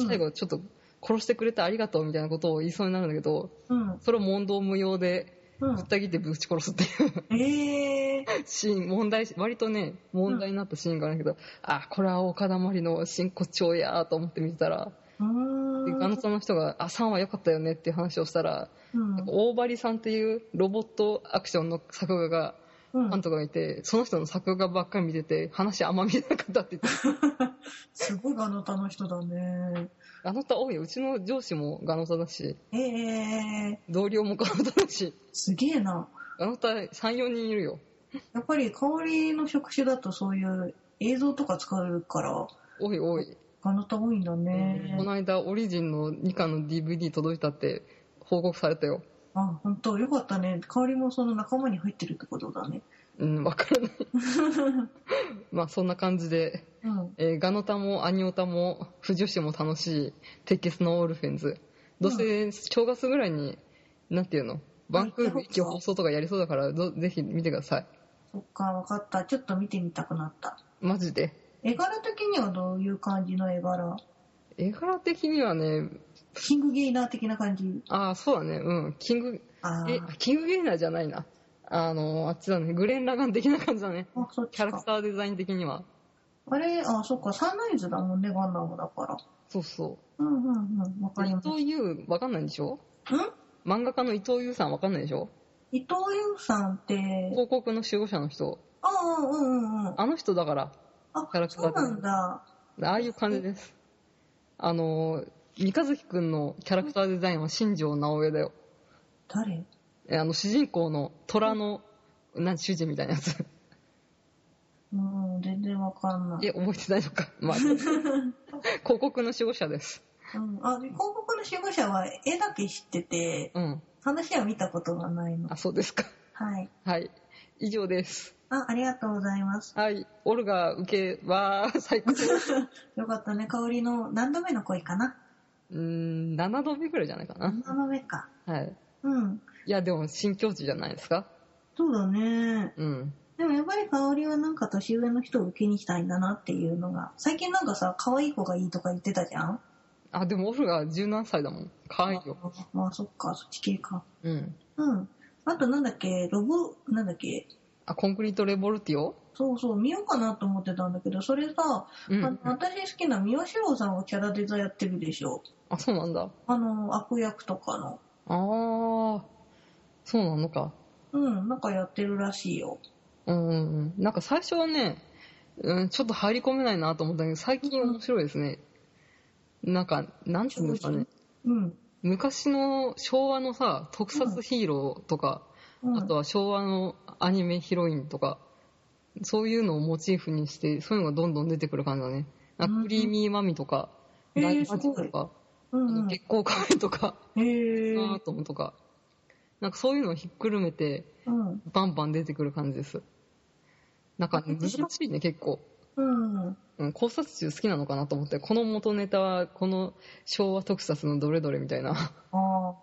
[SPEAKER 1] 最後ちょっと殺してくれてありがとうみたいなことを言いそうになるんだけど、
[SPEAKER 2] うん
[SPEAKER 1] それを問答無用で、
[SPEAKER 2] う
[SPEAKER 1] ぶった切ってぶち殺すっていう
[SPEAKER 2] んええ
[SPEAKER 1] シーン、問題、割とね、問題になったシーンがあるんだけど、あ、これは岡田まりの真骨頂やと思って見てたら、
[SPEAKER 2] うーん
[SPEAKER 1] でガノさんの人が、あ、3は良かったよねっていう話をしたら、なんか大張さんっていうロボットアクションの作画が、
[SPEAKER 2] うんう
[SPEAKER 1] 監
[SPEAKER 2] ん、
[SPEAKER 1] 督がいて、その人の作画ばっかり見てて、話あんま見えなかったって 言って、
[SPEAKER 2] すごいガノタの人だね
[SPEAKER 1] ガノタ多いよ。うちの上司もガノタだし、
[SPEAKER 2] ええ
[SPEAKER 1] 同僚もガノタだし、
[SPEAKER 2] すげえな
[SPEAKER 1] ガノタ3、4人いるよ。
[SPEAKER 2] やっぱり香りの職種だとそういう映像とか使うから
[SPEAKER 1] 多い多い。
[SPEAKER 2] ガノタ多いんだね
[SPEAKER 1] この間、オリジンの2巻の DVD 届いたって報告されたよ。
[SPEAKER 2] あ本当よかったね香りもその仲間に入ってるってことだね
[SPEAKER 1] うん、わから ない。まあ、そんな感じで、
[SPEAKER 2] うん
[SPEAKER 1] えーガノタもアニオタも、不女子も楽しい、鉄血のオールフェンズ。どうせ、正月ぐらいに、なんていうのバンクール一挙放送とかやりそうだから、どぜひ見てください。
[SPEAKER 2] そっかわかったちょっと見てみたくなった
[SPEAKER 1] マジで。
[SPEAKER 2] 絵柄的にはどういう感じの絵柄
[SPEAKER 1] 絵柄的にはね、
[SPEAKER 2] キングゲイナー的な感じ
[SPEAKER 1] ああ、そうだね、うん。キング、
[SPEAKER 2] あ
[SPEAKER 1] え、
[SPEAKER 2] ー
[SPEAKER 1] キングゲイナーじゃないな。あの、あっちだね。グレン・ラガン的な感じだね。
[SPEAKER 2] あそっ
[SPEAKER 1] キャラ
[SPEAKER 2] ち
[SPEAKER 1] ク
[SPEAKER 2] か
[SPEAKER 1] ターデザイン的には。
[SPEAKER 2] あれあそっかサンライズだもんねガンダムだから
[SPEAKER 1] そうそ
[SPEAKER 2] うんうんうんわか
[SPEAKER 1] う。
[SPEAKER 2] り
[SPEAKER 1] 伊
[SPEAKER 2] ますん
[SPEAKER 1] 藤優、わかんないんでしょ漫画家の伊藤優さんわかんないでしょ
[SPEAKER 2] 伊藤優さんって
[SPEAKER 1] 広告の守護者の人。
[SPEAKER 2] ああうんうんうん
[SPEAKER 1] あの人だから、キャ
[SPEAKER 2] あ
[SPEAKER 1] ラクタ
[SPEAKER 2] そう
[SPEAKER 1] ー
[SPEAKER 2] なんだ
[SPEAKER 1] ああいう感じです。あの、三日月くんのキャラクターデザインは新庄直江だよ。
[SPEAKER 2] 誰
[SPEAKER 1] えあの、主人公の虎の、なん主人みたいなやつ。
[SPEAKER 2] うん全然わかんない
[SPEAKER 1] え、覚えてないのか。 まあ、広告の守護者です。
[SPEAKER 2] うん、あ広告の守護者は絵だけ知ってて
[SPEAKER 1] うん。
[SPEAKER 2] 話は見たことがないの
[SPEAKER 1] あ、そうですか。
[SPEAKER 2] はい
[SPEAKER 1] はい。以上です。
[SPEAKER 2] あありがとうございます
[SPEAKER 1] はい。オルガ受けは、最 高。
[SPEAKER 2] よかったね香りの何度目の恋かな
[SPEAKER 1] うーん、7度目くらいじゃないかな。
[SPEAKER 2] 7度目か
[SPEAKER 1] はい。
[SPEAKER 2] うん
[SPEAKER 1] いや、でも、新境地じゃないですか。
[SPEAKER 2] そうだね
[SPEAKER 1] うん。
[SPEAKER 2] でもやっぱり香りはなんか年上の人を受けにしたいんだなっていうのが最近なんかさ可愛い子がいいとか言ってたじゃん
[SPEAKER 1] あ、でも、オルガ十何歳だもん。可愛いよ。
[SPEAKER 2] あまあそっかそっち系か
[SPEAKER 1] うん。
[SPEAKER 2] うんあとなんだっけロボなんだっけ
[SPEAKER 1] あ、コンクリートレボルティオ
[SPEAKER 2] そうそう見ようかなと思ってたんだけどそれさ、
[SPEAKER 1] う
[SPEAKER 2] あの
[SPEAKER 1] ん。
[SPEAKER 2] 私好きな三輪志郎さんがキャラデザやってるでしょ
[SPEAKER 1] あ、そうなんだ。
[SPEAKER 2] あの、悪役とかの。
[SPEAKER 1] あー、そうなのか。
[SPEAKER 2] うん、なんかやってるらしいよ。
[SPEAKER 1] うんうんうん。なんか最初はね、うん、ちょっと入り込めないなと思ったけど、最近面白いですね。なんか、なんていうんですかね。
[SPEAKER 2] うん。
[SPEAKER 1] 昔の昭和のさ特撮ヒーローとか、
[SPEAKER 2] うん、
[SPEAKER 1] あとは昭和のアニメヒロインとかそういうのをモチーフにしてそういうのがどんどん出てくる感じだねなんか
[SPEAKER 2] うん
[SPEAKER 1] クリーミーマミとか、
[SPEAKER 2] えー
[SPEAKER 1] ダイマジと
[SPEAKER 2] す
[SPEAKER 1] か、
[SPEAKER 2] うんうん、
[SPEAKER 1] 月光仮面とか、
[SPEAKER 2] へえ
[SPEAKER 1] アートムとかなんかそういうのをひっくるめて、
[SPEAKER 2] うん。
[SPEAKER 1] バンバン出てくる感じです。なんか難しいね、結構。
[SPEAKER 2] うん。
[SPEAKER 1] うん、考察中好きなのかなと思って、この元ネタは、この昭和特撮のどれどれみたいな。
[SPEAKER 2] ああ。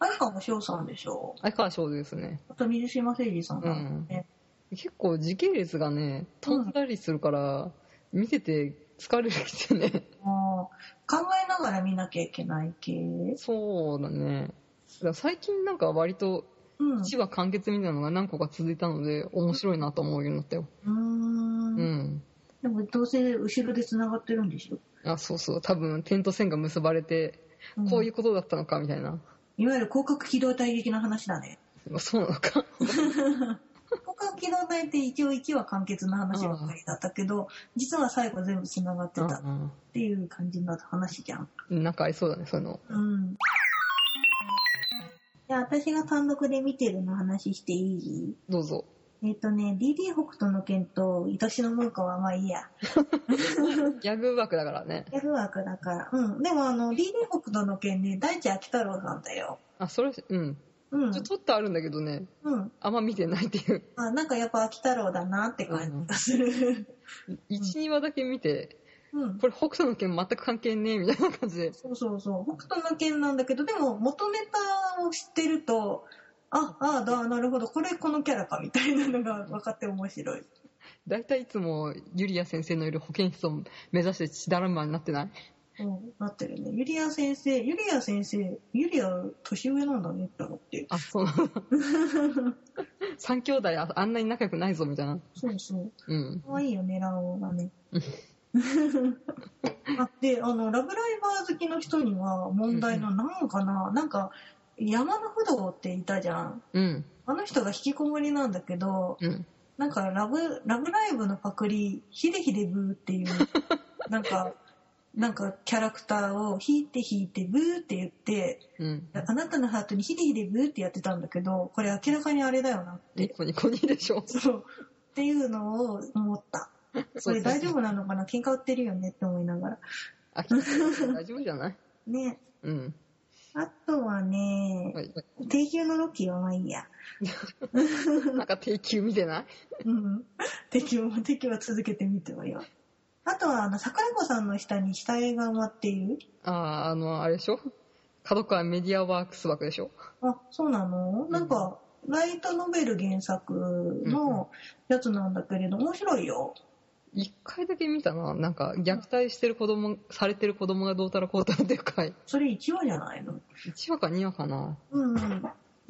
[SPEAKER 2] 相川翔さんでしょ。
[SPEAKER 1] 相川翔ですね。
[SPEAKER 2] あと水島誠二さんだ、ね
[SPEAKER 1] 結構時系列がね、飛んだりするから、見てて疲れるきてね。
[SPEAKER 2] あー考えながら見なきゃいけない系。う
[SPEAKER 1] そうだね。だから最近なんか割と
[SPEAKER 2] ん。う
[SPEAKER 1] 1話完結みたいなのが何個か続いたので、面白いなと思うようになったよ。
[SPEAKER 2] ーん
[SPEAKER 1] うん。
[SPEAKER 2] でもどうせ後ろで繋がってるんでしょ。
[SPEAKER 1] あ、そうそう。多分点と線が結ばれて、
[SPEAKER 2] ん
[SPEAKER 1] こういうことだったのかみたいな。
[SPEAKER 2] いわゆる広角機動隊的な話 だね。
[SPEAKER 1] そうなのか。
[SPEAKER 2] 広角機動隊って一応1話完結の話ばっかりだったけど、実は最後全部繋がってたっ
[SPEAKER 1] うん
[SPEAKER 2] ていう感じの話じゃん。
[SPEAKER 1] うんなんかありそうだね、そういうの。
[SPEAKER 2] うん。じゃあ私が単独で見てるの話していい
[SPEAKER 1] どうぞ。
[SPEAKER 2] えっ、とね、DD 北斗の剣と愛しの文化はまあいいや。
[SPEAKER 1] ギャグ枠だからね。
[SPEAKER 2] ギャグ枠だから。うん。でもあの、DD 北斗の剣ね、大地秋太郎さんだよ。
[SPEAKER 1] あ、それ、うん。
[SPEAKER 2] うん
[SPEAKER 1] ちょ。っと撮ってあるんだけどね、
[SPEAKER 2] うん。
[SPEAKER 1] あんま見てないっていう。
[SPEAKER 2] あ、なんかやっぱ秋太郎だなって感じがする。
[SPEAKER 1] 1、2話だけ見て、
[SPEAKER 2] うん。
[SPEAKER 1] これ北斗の剣全く関係ねえみたいな感じで。
[SPEAKER 2] そうそうそう。北斗の剣なんだけど、でも元ネタを知ってると、あ、ああ、だ、なるほど、これこのキャラかみたいなのが分かって面白い。
[SPEAKER 1] だいたいいつもユリア先生のいる保健室を目指して血だらまになってない
[SPEAKER 2] うん、なってるね。ゆりや先生、ゆりや先生、ゆりや年上なんだねって思って。
[SPEAKER 1] あ、そうなんだ。3兄弟ああんなに仲良くないぞみたいな。
[SPEAKER 2] そうそう。
[SPEAKER 1] うん。
[SPEAKER 2] 可愛いよね、ラオウがね
[SPEAKER 1] う。
[SPEAKER 2] あで、あの、ラブライバー好きの人には問題の、なんかな、なんか、山の不動っていたじゃん。
[SPEAKER 1] うん。
[SPEAKER 2] あの人が引きこもりなんだけど、
[SPEAKER 1] うん。
[SPEAKER 2] なんかラブ、ラブライブのパクリ、ヒデヒデブーって いう、なんか、なんかキャラクターを引いて引いてブーって言って、
[SPEAKER 1] うん。
[SPEAKER 2] あなたのハートにヒデヒデブーってやってたんだけど、これ明らかにあれだよな。
[SPEAKER 1] ニコニコにでしょ。
[SPEAKER 2] そう。っていうのを思った。 それ大丈夫なのかな喧嘩売ってるよねって思いながら。
[SPEAKER 1] あ、大丈夫じゃない
[SPEAKER 2] ね。
[SPEAKER 1] うん。
[SPEAKER 2] あとはね
[SPEAKER 1] は、い。
[SPEAKER 2] 定休のロッキーはまあいいや。
[SPEAKER 1] なんか定休見てない
[SPEAKER 2] うん。敵は、敵は続けてみてもいいわよ。あとは、あの、桜子さんの下に額が埋まっている。
[SPEAKER 1] ああ、あの、あれでしょ角川メディアワークス枠でしょ
[SPEAKER 2] あ、そうなのなんか、ライトノベル原作のやつなんだけれど、面白いよ。
[SPEAKER 1] 一回だけ見たな。なんか、虐待してる子供、されてる子供がどうたらこうたらでかい。
[SPEAKER 2] それ1話じゃないの
[SPEAKER 1] 1話か2話かな。
[SPEAKER 2] うんうん。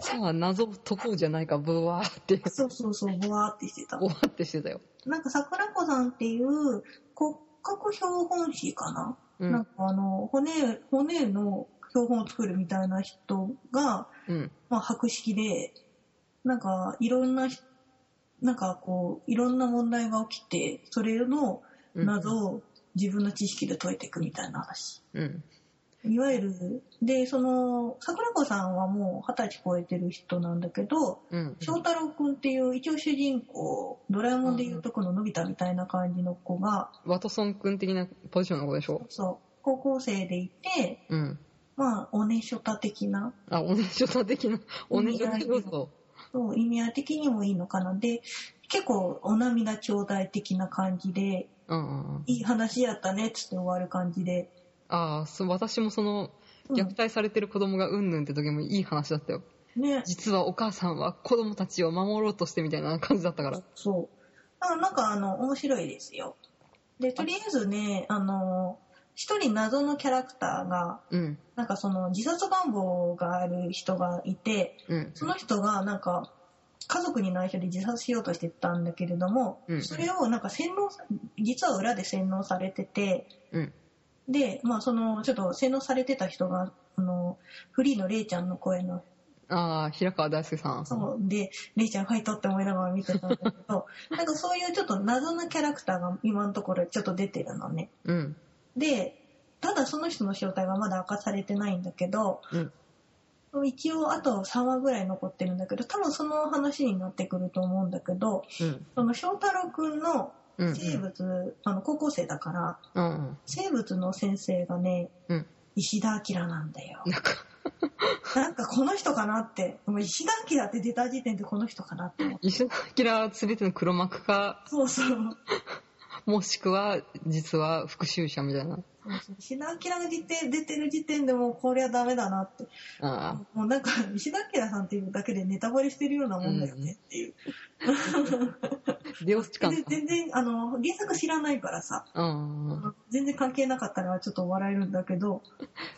[SPEAKER 1] さあ、謎解こうじゃないか、ブワーって、
[SPEAKER 2] そうそうそう、ぼわーってしてた
[SPEAKER 1] ブ。ワーってしてたよ。
[SPEAKER 2] なんか、桜子さんっていう骨格標本師かな、
[SPEAKER 1] う
[SPEAKER 2] なん
[SPEAKER 1] ん。
[SPEAKER 2] かあの、骨、骨の標本を作るみたいな人が、
[SPEAKER 1] うん。
[SPEAKER 2] まあ、博識で、なんか、いろんなひ、なんかこう、いろんな問題が起きて、それの
[SPEAKER 1] うん
[SPEAKER 2] 謎を自分の知識で解いていくみたいな話。
[SPEAKER 1] うん。
[SPEAKER 2] いわゆる、で、その、桜子さんはもう二十歳超えてる人なんだけど、
[SPEAKER 1] うん。
[SPEAKER 2] 翔太郎くんっていう一応主人公、ドラえもんでいうとこののび太みたいな感じの子が、
[SPEAKER 1] ワトソン君的なポジションの子でしょ
[SPEAKER 2] そう、高校生でいて、
[SPEAKER 1] うん。
[SPEAKER 2] まあ、おねしょた的な
[SPEAKER 1] あ、おねしょた的な、おねしょた要素。
[SPEAKER 2] そう意味合い的にもいいのかなで結構お涙頂戴的な感じで
[SPEAKER 1] うんうんうん。
[SPEAKER 2] いい話やったねっつって終わる感じで、
[SPEAKER 1] ああ、そう私もその、
[SPEAKER 2] うん
[SPEAKER 1] 虐待されてる子供がうんぬんって時もいい話だったよ。
[SPEAKER 2] ね
[SPEAKER 1] 実はお母さんは子供たちを守ろうとしてみたいな感じだったから。
[SPEAKER 2] そうだからなんかあの面白いですよでとりあえずねあの一人謎のキャラクターが
[SPEAKER 1] うん。
[SPEAKER 2] なんかその自殺願望がある人がいて
[SPEAKER 1] うん。
[SPEAKER 2] その人がなんか家族に内緒で自殺しようとしてたんだけれども、
[SPEAKER 1] うん
[SPEAKER 2] それをなんか洗脳さ実は裏で洗脳されてて、
[SPEAKER 1] うん。
[SPEAKER 2] で、まあ、その、ちょっと洗脳されてた人が、あの、フリーのレイちゃんの声の、
[SPEAKER 1] ああ、平川大輔さん。
[SPEAKER 2] そう、で、レイちゃんファイトって思いながら見てたんだけど、 なんかそういうちょっと謎なキャラクターが今のところちょっと出てるのね。
[SPEAKER 1] うん。
[SPEAKER 2] で、ただその人の正体はまだ明かされてないんだけど、
[SPEAKER 1] うん。
[SPEAKER 2] 一応あと3話ぐらい残ってるんだけど、多分その話になってくると思うんだけど、
[SPEAKER 1] うん。
[SPEAKER 2] その翔太郎くんの
[SPEAKER 1] うん。
[SPEAKER 2] 生物、あの、高校生だから、
[SPEAKER 1] うん。
[SPEAKER 2] 生物の先生がね、
[SPEAKER 1] うん。
[SPEAKER 2] 石田明なんだよ。
[SPEAKER 1] なんか、
[SPEAKER 2] なんかこの人かなって、もう石垣だって出た時点でこの人かなって思って。
[SPEAKER 1] 石田明は全ての黒幕か
[SPEAKER 2] そうそう。
[SPEAKER 1] もしくは実は復讐者みたいな
[SPEAKER 2] 石田明が出て出てる時点でもうこりゃダメだなって。
[SPEAKER 1] あ
[SPEAKER 2] もうなんか石田明さんっていうだけでネタバレしてるようなもんだよねっていう。
[SPEAKER 1] あ両親感
[SPEAKER 2] で全然、あの、原作知らないからさ、
[SPEAKER 1] うん
[SPEAKER 2] 全然関係なかったらちょっと笑えるんだけど、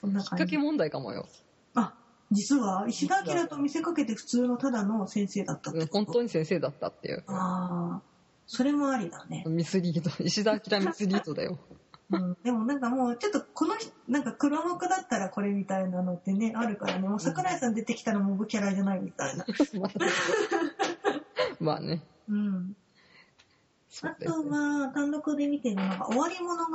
[SPEAKER 2] こんな
[SPEAKER 1] きっ
[SPEAKER 2] 感
[SPEAKER 1] か
[SPEAKER 2] じ
[SPEAKER 1] け。問題かもよ
[SPEAKER 2] あ、実は石田明と見せかけて普通のただの先生だったってこと
[SPEAKER 1] 本当に先生だったっていう
[SPEAKER 2] ああ、それもありだね。
[SPEAKER 1] ミスリード石田明ミスリードだ よ
[SPEAKER 2] うん、でもなんかもうちょっとこの人なんか黒幕だったらこれみたいなのってねあるからねもう桜井さん出てきたらモブキャラじゃないみたいな
[SPEAKER 1] まあまあね
[SPEAKER 2] うん
[SPEAKER 1] そ
[SPEAKER 2] あ
[SPEAKER 1] うです
[SPEAKER 2] と
[SPEAKER 1] ね
[SPEAKER 2] は単独で見てるのが「終わり物語」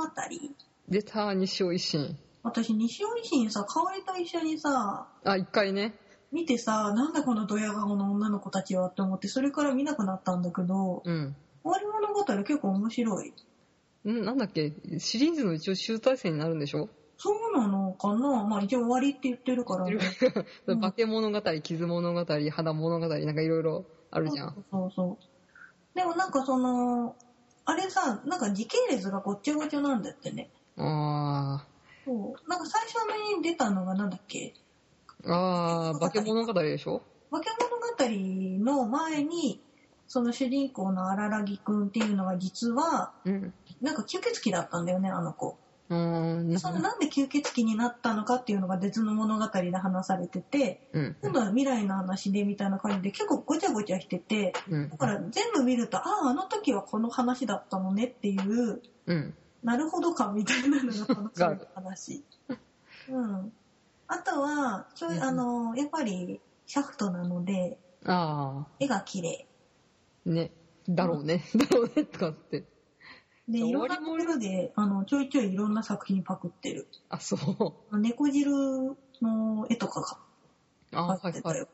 [SPEAKER 1] 出た西尾維新
[SPEAKER 2] 私西尾維新さ香織と一緒にさ
[SPEAKER 1] あ一回ね
[SPEAKER 2] 見てさなんだこのドヤ顔の女の子たちはって思ってそれから見なくなったんだけど
[SPEAKER 1] うん
[SPEAKER 2] 「終わり物語」結構面白い
[SPEAKER 1] んなんだっけシリーズの一応集大成になるんでしょ
[SPEAKER 2] そうなのかなまあ一応終わりって言ってるからねうん
[SPEAKER 1] 化け物語傷物語肌物語なんかいろいろあるじゃん
[SPEAKER 2] そうそうそう。でもなんかその、あれさ、なんか時系列がごっちゃごちゃなんだってね。
[SPEAKER 1] あ
[SPEAKER 2] そう。なんか最初に出たのがなんだっけ
[SPEAKER 1] ーあー化け物語でしょ
[SPEAKER 2] 化け物語の前に、その主人公の荒らぎくんっていうのが実は、
[SPEAKER 1] うん
[SPEAKER 2] なんか吸血鬼だったんだよね、あの子。
[SPEAKER 1] うーん
[SPEAKER 2] そのなんで吸血鬼になったのかっていうのが別の物語で話されてて、
[SPEAKER 1] うん
[SPEAKER 2] 今度は未来の話でみたいな感じで結構ごちゃごちゃしてて、
[SPEAKER 1] うん
[SPEAKER 2] だから全部見ると、ああ、あの時はこの話だったのねっていう、
[SPEAKER 1] うん
[SPEAKER 2] なるほどかみたいなのが楽しみ 話。うん。あとは、ちょ
[SPEAKER 1] う
[SPEAKER 2] い、
[SPEAKER 1] ん
[SPEAKER 2] あの、やっぱり、シャフトなので、
[SPEAKER 1] あ
[SPEAKER 2] 絵が綺麗。
[SPEAKER 1] あねだろうねだろうねとかって
[SPEAKER 2] で、い
[SPEAKER 1] 終わ
[SPEAKER 2] ろん
[SPEAKER 1] り
[SPEAKER 2] なところで、あの、ちょいちょいいろんな作品パクってる。
[SPEAKER 1] あそう
[SPEAKER 2] 猫汁の絵とか
[SPEAKER 1] あ
[SPEAKER 2] が
[SPEAKER 1] は
[SPEAKER 2] パクっ
[SPEAKER 1] い
[SPEAKER 2] て
[SPEAKER 1] は
[SPEAKER 2] た
[SPEAKER 1] い
[SPEAKER 2] よ。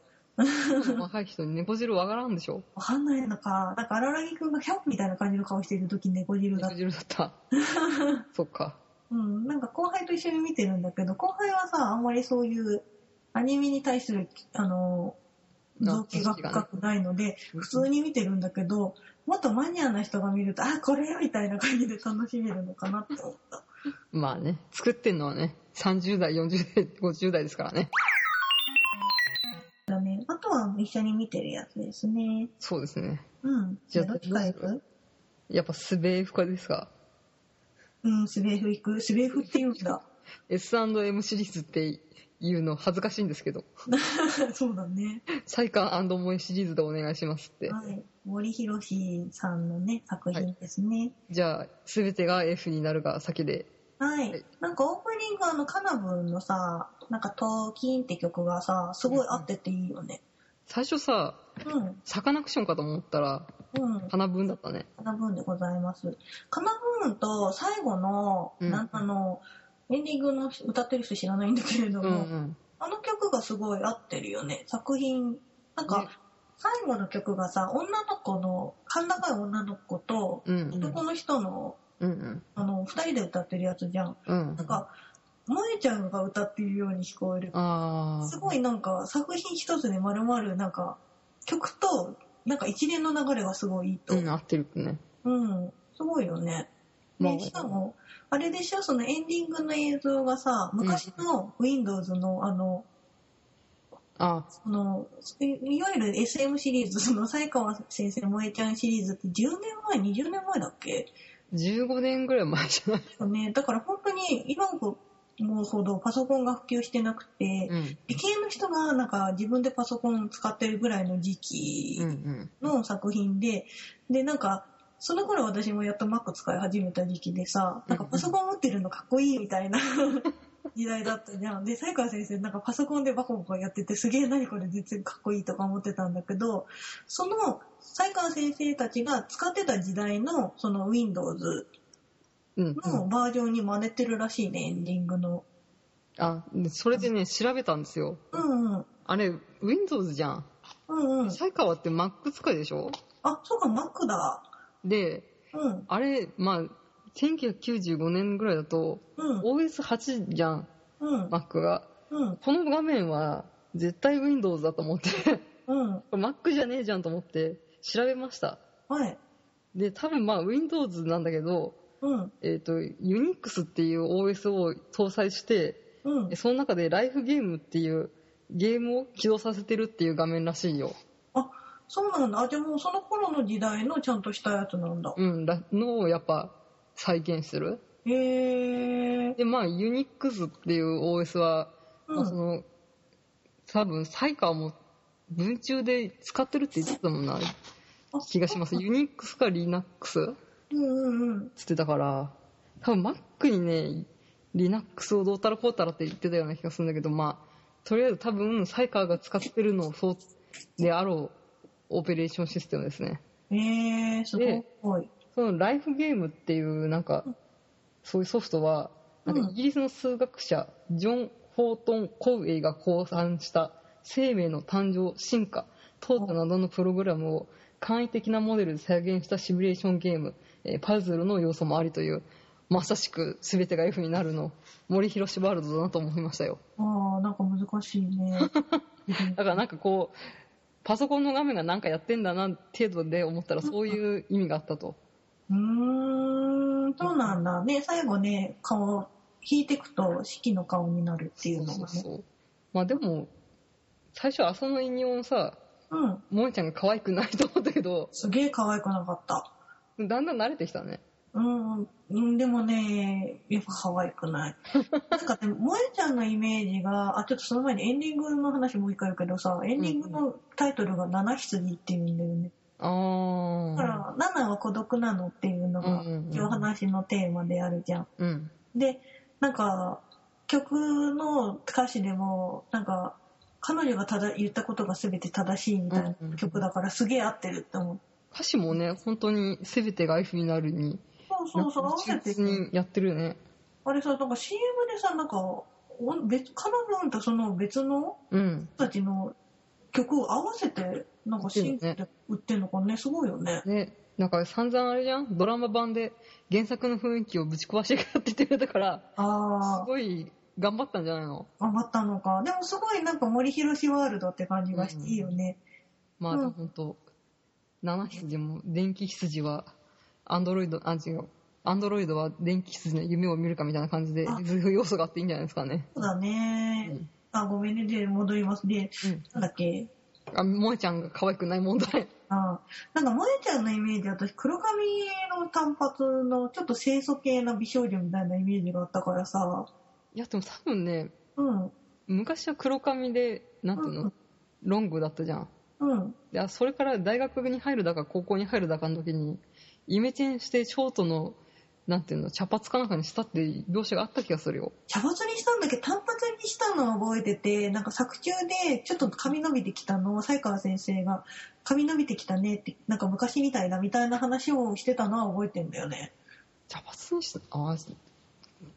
[SPEAKER 1] 若い人に猫汁わからんでしょ
[SPEAKER 2] わかんないのか。なんか、荒らぎくんがキャッみたいな感じの顔してる時猫汁だっ
[SPEAKER 1] 猫
[SPEAKER 2] た。
[SPEAKER 1] 汁だったそっか
[SPEAKER 2] うん。なんか、後輩と一緒に見てるんだけど、後輩はさ、あんまりそういう、アニメに対する、あの、造形が深くないので、普通に見てるんだけど、もっとマニアな人が見ると、あ、これみたいな感じで楽しめるのかなって思った。
[SPEAKER 1] まあね作ってんのはね30代40代50代ですからね
[SPEAKER 2] だね。あとは一緒に見てるやつですね。
[SPEAKER 1] そうですね
[SPEAKER 2] うん。
[SPEAKER 1] じゃあ
[SPEAKER 2] どっちから行
[SPEAKER 1] どう
[SPEAKER 2] く
[SPEAKER 1] やっぱスベーフ化ですか
[SPEAKER 2] うん、スベーフ行く。スベーフって言うんだ。
[SPEAKER 1] S&M シリーズっていうの恥ずかしいんですけど
[SPEAKER 2] そうだね。
[SPEAKER 1] 再感萌えシリーズでお願いしますって
[SPEAKER 2] はい。森博さんのね、作品ですね。
[SPEAKER 1] じゃあ全てが F になるが先で
[SPEAKER 2] はい。
[SPEAKER 1] はい
[SPEAKER 2] なんかオープニングあの、カナブンのさ、なんかトーキンって曲がさ、すごい合ってていいよね。
[SPEAKER 1] 最初さ
[SPEAKER 2] うん。
[SPEAKER 1] サカナクションかと思ったら
[SPEAKER 2] うん。
[SPEAKER 1] 花分だったね
[SPEAKER 2] かなぶんでございます。かなぶんと最後の、
[SPEAKER 1] うん
[SPEAKER 2] なんあの、エンディングの歌ってる人知らないんだけれど
[SPEAKER 1] う
[SPEAKER 2] も、
[SPEAKER 1] んうん
[SPEAKER 2] あの曲がすごい合ってるよね。作品、なんか、
[SPEAKER 1] ね
[SPEAKER 2] 最後の曲がさ、女の子の、甲高い女の子と、
[SPEAKER 1] うんうん
[SPEAKER 2] 男の人の、
[SPEAKER 1] うんうん
[SPEAKER 2] あの、二人で歌ってるやつじゃん。
[SPEAKER 1] うん
[SPEAKER 2] なんか、萌えちゃんが歌ってるように聞こえる。
[SPEAKER 1] あ
[SPEAKER 2] す
[SPEAKER 1] あ
[SPEAKER 2] ごいなんか、作品一つで丸々、なんか、曲と、なんか一連の流れがすごいいいと。
[SPEAKER 1] うん合ってるね
[SPEAKER 2] うん、すごいよね。
[SPEAKER 1] まあ
[SPEAKER 2] ねしかも、あれでしょ、そのエンディングの映像がさ、昔の Windows の、あの、
[SPEAKER 1] あ
[SPEAKER 2] そのいいわゆる SM シリーズ、その才川先生萌えちゃんシリーズって10年前、20年前だっけ
[SPEAKER 1] 15年ぐらい前じゃない、
[SPEAKER 2] ね、だから本当に今もほどパソコンが普及してなくて、
[SPEAKER 1] うん、
[SPEAKER 2] 理系の人がなんか自分でパソコンを使ってるぐらいの時期
[SPEAKER 1] うんうん
[SPEAKER 2] の作品で、で、なんか、その頃私もやっと Mac 使い始めた時期でさ、なんかパソコン持ってるのかっこいいみたいな 時代だったじゃん。で、才川先生なんかパソコンでバコバコやってて、すげえ何これ全然かっこいいとか思ってたんだけど、その才川先生たちが使ってた時代のその Windows
[SPEAKER 1] うんう
[SPEAKER 2] の
[SPEAKER 1] ん、
[SPEAKER 2] バージョンに真似てるらしいね、エンディングの。
[SPEAKER 1] あでそれでね調べたんですよ
[SPEAKER 2] うんうん。
[SPEAKER 1] あれ Windows じゃん
[SPEAKER 2] うんうん。
[SPEAKER 1] 才川って Mac 使いでしょ
[SPEAKER 2] あ、そうか、Mac だ。
[SPEAKER 1] で
[SPEAKER 2] うん。
[SPEAKER 1] あれまあ1995年ぐらいだと
[SPEAKER 2] うん。
[SPEAKER 1] OS8 じゃん
[SPEAKER 2] うん。
[SPEAKER 1] Mac が
[SPEAKER 2] うん。
[SPEAKER 1] この画面は絶対 Windows だと思って
[SPEAKER 2] うん。
[SPEAKER 1] Mac じゃねえじゃんと思って調べました
[SPEAKER 2] はい。
[SPEAKER 1] で多分まあ Windows なんだけど
[SPEAKER 2] うん。
[SPEAKER 1] えっ、と Unix っていう OS を搭載して
[SPEAKER 2] うん
[SPEAKER 1] で。その中でライフゲームっていうゲームを起動させてるっていう画面らしいよ
[SPEAKER 2] そうなんだ。あ、でもその頃の時代のちゃんとしたやつなんだ。
[SPEAKER 1] うんらのをやっぱ再現する
[SPEAKER 2] へえ。
[SPEAKER 1] でまあ Unix っていう OS は、
[SPEAKER 2] う
[SPEAKER 1] まあそ
[SPEAKER 2] ん。
[SPEAKER 1] の多分サイカーも文中で使ってるって言ってたもんな
[SPEAKER 2] あ
[SPEAKER 1] 気がし ます Unix か Linux
[SPEAKER 2] うんうんうん。
[SPEAKER 1] つってたから多分 Mac にね Linux をどうたらこうたらって言ってたような気がするんだけどまあとりあえず多分サイカーが使ってるのをそうであろうオペレーションシステムですね
[SPEAKER 2] えー、すごい。
[SPEAKER 1] そのライフゲームっていうなんかそういうソフトはなんか
[SPEAKER 2] うん
[SPEAKER 1] イギリスの数学者ジョン・フォートン・コウエイが考案した生命の誕生進化淘汰などのプログラムを簡易的なモデルで再現したシミュレーションゲーム、えーパズルの要素もありというまさしく全てが F になるの森博ワールドだなと思いましたよ
[SPEAKER 2] ああ、なんか難しい ね。
[SPEAKER 1] だからなんかこうパソコンの画面がなんかやってんだな程度で思ったらそういう意味があったと
[SPEAKER 2] うーん、そうなんだ。ね、最後ね、顔、引いてくと、式の顔になるっていうの
[SPEAKER 1] そ
[SPEAKER 2] が
[SPEAKER 1] う
[SPEAKER 2] ね。
[SPEAKER 1] そうまあでも最初浅野いにおんさ
[SPEAKER 2] うん。
[SPEAKER 1] もえちゃんが可愛くないと思ったけど
[SPEAKER 2] すげえ可愛くなかった。
[SPEAKER 1] だんだん慣れてきたね
[SPEAKER 2] うんうん、でもね、やっぱ可愛く ない。なんかね、萌えちゃんのイメージが、あ、ちょっとその前にエンディングの話もう一回言うけどさ、エンディングのタイトルが七羊っていうんだよね。
[SPEAKER 1] あ
[SPEAKER 2] だ
[SPEAKER 1] あ
[SPEAKER 2] から、七は孤独なのっていうのが
[SPEAKER 1] うんうんうん、
[SPEAKER 2] 今日話のテーマであるじゃん。
[SPEAKER 1] うん
[SPEAKER 2] でなんか曲の歌詞でもなんか彼女がただ言ったことが全て正しいみたい
[SPEAKER 1] うんうん
[SPEAKER 2] な曲だからすげえ合ってるって思う。
[SPEAKER 1] 歌詞もね本当に全てが F になるに
[SPEAKER 2] そうそうそう合わせ
[SPEAKER 1] 忠
[SPEAKER 2] て
[SPEAKER 1] 実にやってるよね
[SPEAKER 2] あれさなんか CM でさなんかお別彼女とその別の
[SPEAKER 1] うん
[SPEAKER 2] 人たちの曲を合わせてなんか CM で売ってるのかねすごいよね。
[SPEAKER 1] ねなんか散々あれじゃんドラマ版で原作の雰囲気をぶち壊してやっててるだからす
[SPEAKER 2] ああ
[SPEAKER 1] ごい頑張ったんじゃないの
[SPEAKER 2] 頑張ったのかでもすごいなんか森博ワールドって感じがしていいよね。
[SPEAKER 1] まあ、
[SPEAKER 2] うん
[SPEAKER 1] でも本当七羊も電気羊はアンドロイドあ違うアンドロイドは電気羊の夢を見るかみたいな感じで
[SPEAKER 2] あ
[SPEAKER 1] ずる要素があっていいんじゃないですかね
[SPEAKER 2] そうだね。
[SPEAKER 1] うん
[SPEAKER 2] あごめんねで戻りますで、
[SPEAKER 1] うん
[SPEAKER 2] なんだっけ
[SPEAKER 1] あ萌えちゃんが可愛くない問題
[SPEAKER 2] ああなんか萌えちゃんのイメージ私黒髪の短髪のちょっと清楚系な美少女みたいなイメージがあったからさ
[SPEAKER 1] いやでも多分ね
[SPEAKER 2] うん
[SPEAKER 1] 昔は黒髪でなんていうの、
[SPEAKER 2] うん
[SPEAKER 1] ロングだったじゃん
[SPEAKER 2] うん
[SPEAKER 1] いやそれから大学に入るだか高校に入るだかの時にイメチェンしてショートのなんていうの茶髪かなんかにしたっていう描写があった気がするよ
[SPEAKER 2] 茶髪にしたんだけど短髪にしたのを覚えててなんか作中でちょっと髪伸びてきたのを才川先生が「髪伸びてきたね」ってなんか昔みたいだみたいな話をしてたのは覚えてんだよね
[SPEAKER 1] 茶髪にしたあー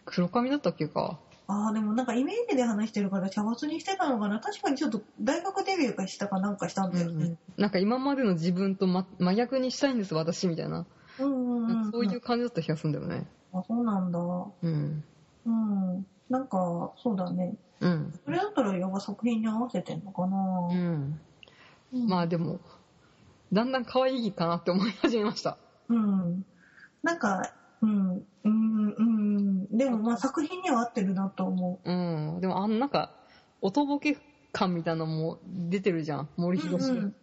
[SPEAKER 1] 黒髪だったっけか
[SPEAKER 2] ああでもなんかイメージで話してるから茶髪にしてたのかな確かにちょっと大学デビューかしたかなんかしたんだよね
[SPEAKER 1] なんか今までの自分と、ま、真逆にしたいんです私みたいな,、
[SPEAKER 2] うんうんうん、
[SPEAKER 1] そういう感じだった気がするんだよね
[SPEAKER 2] あそうなんだ
[SPEAKER 1] うん
[SPEAKER 2] うん、なんかそうだね
[SPEAKER 1] うん
[SPEAKER 2] それだったらヨガ作品に合わせてんのか
[SPEAKER 1] う
[SPEAKER 2] な、
[SPEAKER 1] ん
[SPEAKER 2] うん、
[SPEAKER 1] まあでもだんだん可愛いかなって思い始めました
[SPEAKER 2] うんなんかうんうんうんでもまあ作品には合ってるなと思
[SPEAKER 1] うんでもあのなんか音ボケ感みたいなのも出てるじゃん
[SPEAKER 2] う
[SPEAKER 1] 森
[SPEAKER 2] うんう
[SPEAKER 1] 博
[SPEAKER 2] ん
[SPEAKER 1] 氏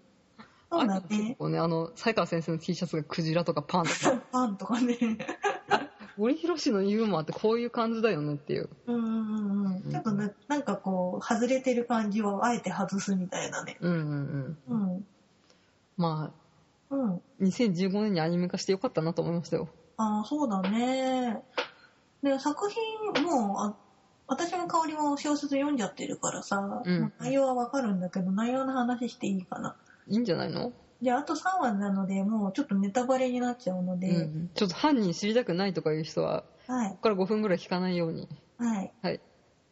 [SPEAKER 2] そうだね
[SPEAKER 1] 構ねあの才川先生の T シャツがクジラとかパンとか
[SPEAKER 2] パンとかね
[SPEAKER 1] 森博氏のユーモアってこういう感じだよねっていう
[SPEAKER 2] うんうんうんうんちょっとななんかこう外れてる感じをあえて外すみたいなね
[SPEAKER 1] うんうんうん
[SPEAKER 2] うん
[SPEAKER 1] ま
[SPEAKER 2] うん
[SPEAKER 1] あ2015年にアニメ化してよかったなと思いましたよ
[SPEAKER 2] ああそうだねで作品もあ私も香りも小説読んじゃってるからさ、
[SPEAKER 1] うん
[SPEAKER 2] 内容はわかるんだけど内容の話していいかない
[SPEAKER 1] いんじゃないの
[SPEAKER 2] じゃああと3話なのでもうちょっとネタバレになっちゃうので、
[SPEAKER 1] うん、ちょっと犯人知りたくないとかいう人は
[SPEAKER 2] はい
[SPEAKER 1] ここから5分ぐらい聞かないように
[SPEAKER 2] はい、
[SPEAKER 1] はい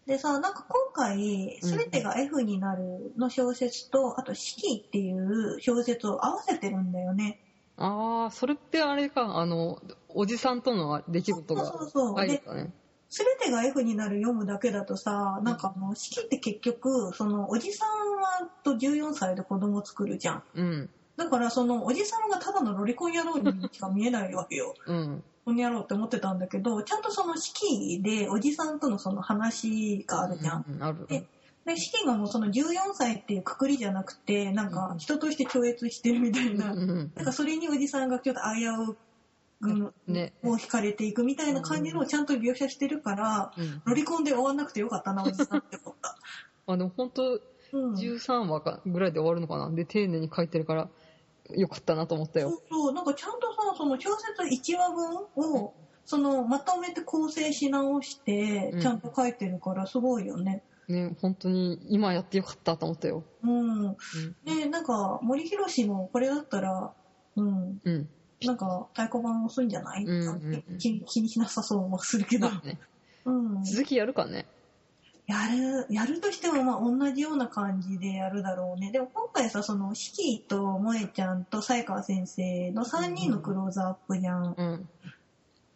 [SPEAKER 2] でさなんか今回「
[SPEAKER 1] うん
[SPEAKER 2] 全てが F になる」の小説と、あと「四季」っていう小説を合わせてるんだよね
[SPEAKER 1] ああそれってあれかあのおじさんとの出来事
[SPEAKER 2] そう
[SPEAKER 1] が
[SPEAKER 2] そうそう、
[SPEAKER 1] 入
[SPEAKER 2] で
[SPEAKER 1] ったね
[SPEAKER 2] 全てが F になる読むだけだとさなんかあの式って結局そのおじさんはと14歳で子供作るじゃん
[SPEAKER 1] うん。
[SPEAKER 2] だからそのおじさんがただのロリコン野郎にしか見えないわけよ
[SPEAKER 1] うん。
[SPEAKER 2] こんにゃろうって思ってたんだけどちゃんとその式でおじさんとのその話があるじゃん。
[SPEAKER 1] うん。ある。
[SPEAKER 2] でで式がもうその14歳っていうくくりじゃなくてなんか人として超越してるみたいな
[SPEAKER 1] うん。
[SPEAKER 2] なんかそれにおじさんがちょっと危うく
[SPEAKER 1] ね。
[SPEAKER 2] もう惹かれていくみたいな感じのをちゃんと描写してるから、
[SPEAKER 1] うん。
[SPEAKER 2] ロリコンで終わんなくてよかったな、おじさんって思 った。
[SPEAKER 1] あ、でも本当
[SPEAKER 2] うん、そう
[SPEAKER 1] 13話かぐらいで終わるのかな。で、丁寧に書いてるから、よかったなと思ったよ。
[SPEAKER 2] そう、なんかちゃんとさ、その小説1話分を、そのまとめて構成し直して
[SPEAKER 1] うん、
[SPEAKER 2] ちゃんと書いてるからすごいよね。
[SPEAKER 1] ね、本当に今やってよかったと思ったよ。
[SPEAKER 2] うん。で、なんか森博氏もこれだったら、うん、
[SPEAKER 1] うん。うん。
[SPEAKER 2] なんか太鼓判押すんじゃない、
[SPEAKER 1] うんうんうん
[SPEAKER 2] 気気にしなさそうもするけど。
[SPEAKER 1] まあね、
[SPEAKER 2] うん。
[SPEAKER 1] 続きやるかね。
[SPEAKER 2] やる、やるとしてもまあ同じような感じでやるだろうね。でも今回さ、その、シキと萌えちゃんと才川先生の3人のクローズアップじゃん。
[SPEAKER 1] うん。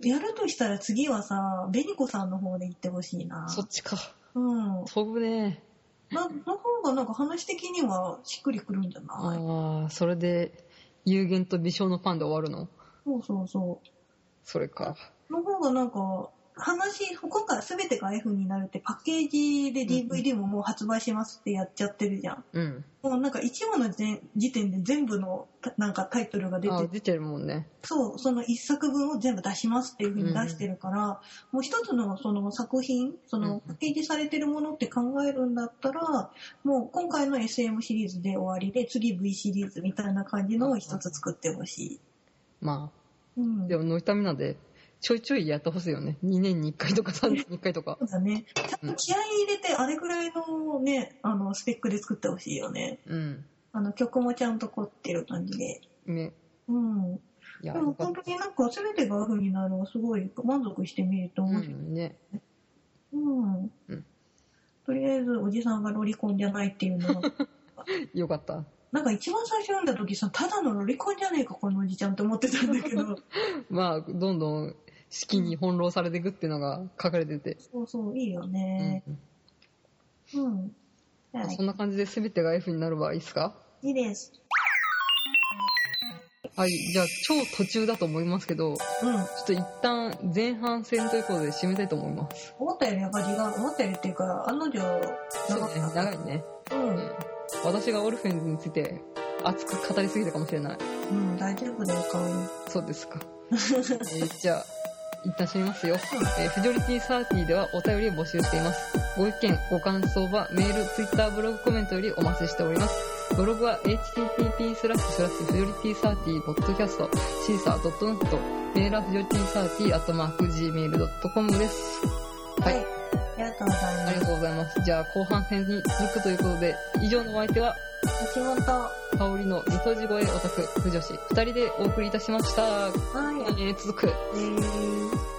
[SPEAKER 2] やるとしたら次はさ、紅子さんの方で行ってほしいな。
[SPEAKER 1] そっちか。
[SPEAKER 2] うん。
[SPEAKER 1] 飛ぶね。
[SPEAKER 2] な、の方がなんか話的にはしっくりくるんじゃない
[SPEAKER 1] ああ、それで、有限と微笑のパンで終わるの
[SPEAKER 2] そうそうそ
[SPEAKER 1] それか。
[SPEAKER 2] う。の方がなんか、話、今回全てが F になるってパッケージで DVD ももう発売しますってやっちゃってるじゃん。
[SPEAKER 1] うん。
[SPEAKER 2] もうなんか1話の時時点で全部のたなんかタイトルが出て
[SPEAKER 1] あ
[SPEAKER 2] て
[SPEAKER 1] ー出てるもんね。
[SPEAKER 2] そう、その一作分を全部出しますっていうふうに出してるから、もう一つのその作品、そ
[SPEAKER 1] うんうん
[SPEAKER 2] のパッケージされてるものって考えるんだったら、もう今回の SM シリーズで終わりで、次 V シリーズみたいな感じのを一つ作ってほし
[SPEAKER 1] ま
[SPEAKER 2] い。うん。
[SPEAKER 1] あ、でも、ノイタミナで、ちょいちょいやってほしいよね。2年に1回とか3年に1回とか
[SPEAKER 2] そ。うだね。ちゃんと気合い入れて、あれくらいのね、あの、スペックで作ってほしいよね。
[SPEAKER 1] うん。
[SPEAKER 2] あの、曲もちゃんと凝ってる感じで。
[SPEAKER 1] ね。
[SPEAKER 2] うん。
[SPEAKER 1] いや、
[SPEAKER 2] でも
[SPEAKER 1] よかっ
[SPEAKER 2] 本当になんか全てがフになるのはすごい満足してみる
[SPEAKER 1] た。
[SPEAKER 2] と
[SPEAKER 1] う
[SPEAKER 2] 思う。
[SPEAKER 1] ん、ね。
[SPEAKER 2] うん
[SPEAKER 1] うん
[SPEAKER 2] とりあえずおじさんがロリコンじゃないっていうの は
[SPEAKER 1] よかった。
[SPEAKER 2] なんか一番最初読んだ時さただのロリコンじゃねえかこのおじちゃんって思ってたんだ けど
[SPEAKER 1] まあ、どんどん、式に翻弄されていくっていうのが書かれてて。
[SPEAKER 2] そうそういいよ
[SPEAKER 1] う
[SPEAKER 2] ね
[SPEAKER 1] ん。
[SPEAKER 2] うん、はい
[SPEAKER 1] そんな感じで全てが F になればいいですか
[SPEAKER 2] いいです
[SPEAKER 1] はい。じゃあ、超途中だと思いますけど、ちょ
[SPEAKER 2] うん
[SPEAKER 1] っと一旦前半戦ということで締めたいと思います。
[SPEAKER 2] 思ったよりやっぱ時間思ったよりっていうか案の定
[SPEAKER 1] そうね。
[SPEAKER 2] 長かった
[SPEAKER 1] 長いね。
[SPEAKER 2] うん、
[SPEAKER 1] うん私がオルフェンズについて熱く語りすぎたかもしれない。
[SPEAKER 2] うん、大丈夫だよかお
[SPEAKER 1] そうですか。えーじゃあ、一旦閉めますよ。えーフジョリティサーティではお便りを募集しています。ご意見、ご感想はメール、ツイッター、ブログ、コメントよりお待ちしております。ブログは http スラッシュスラッシュフジョリティサーティポッドキャストシーサー .net メールはフジョリティサーティアットマーク gmail.com です。は
[SPEAKER 2] はいい、ありがとうござい
[SPEAKER 1] あ
[SPEAKER 2] ま
[SPEAKER 1] り
[SPEAKER 2] す
[SPEAKER 1] がとうございます。じゃあ後半戦に続くということで、以上のお相手は
[SPEAKER 2] 橋本は
[SPEAKER 1] 香りの理想地
[SPEAKER 2] à,
[SPEAKER 1] 声オタク、不女子、二人でお送りいたしました。
[SPEAKER 2] い、
[SPEAKER 1] えー続く。
[SPEAKER 2] えー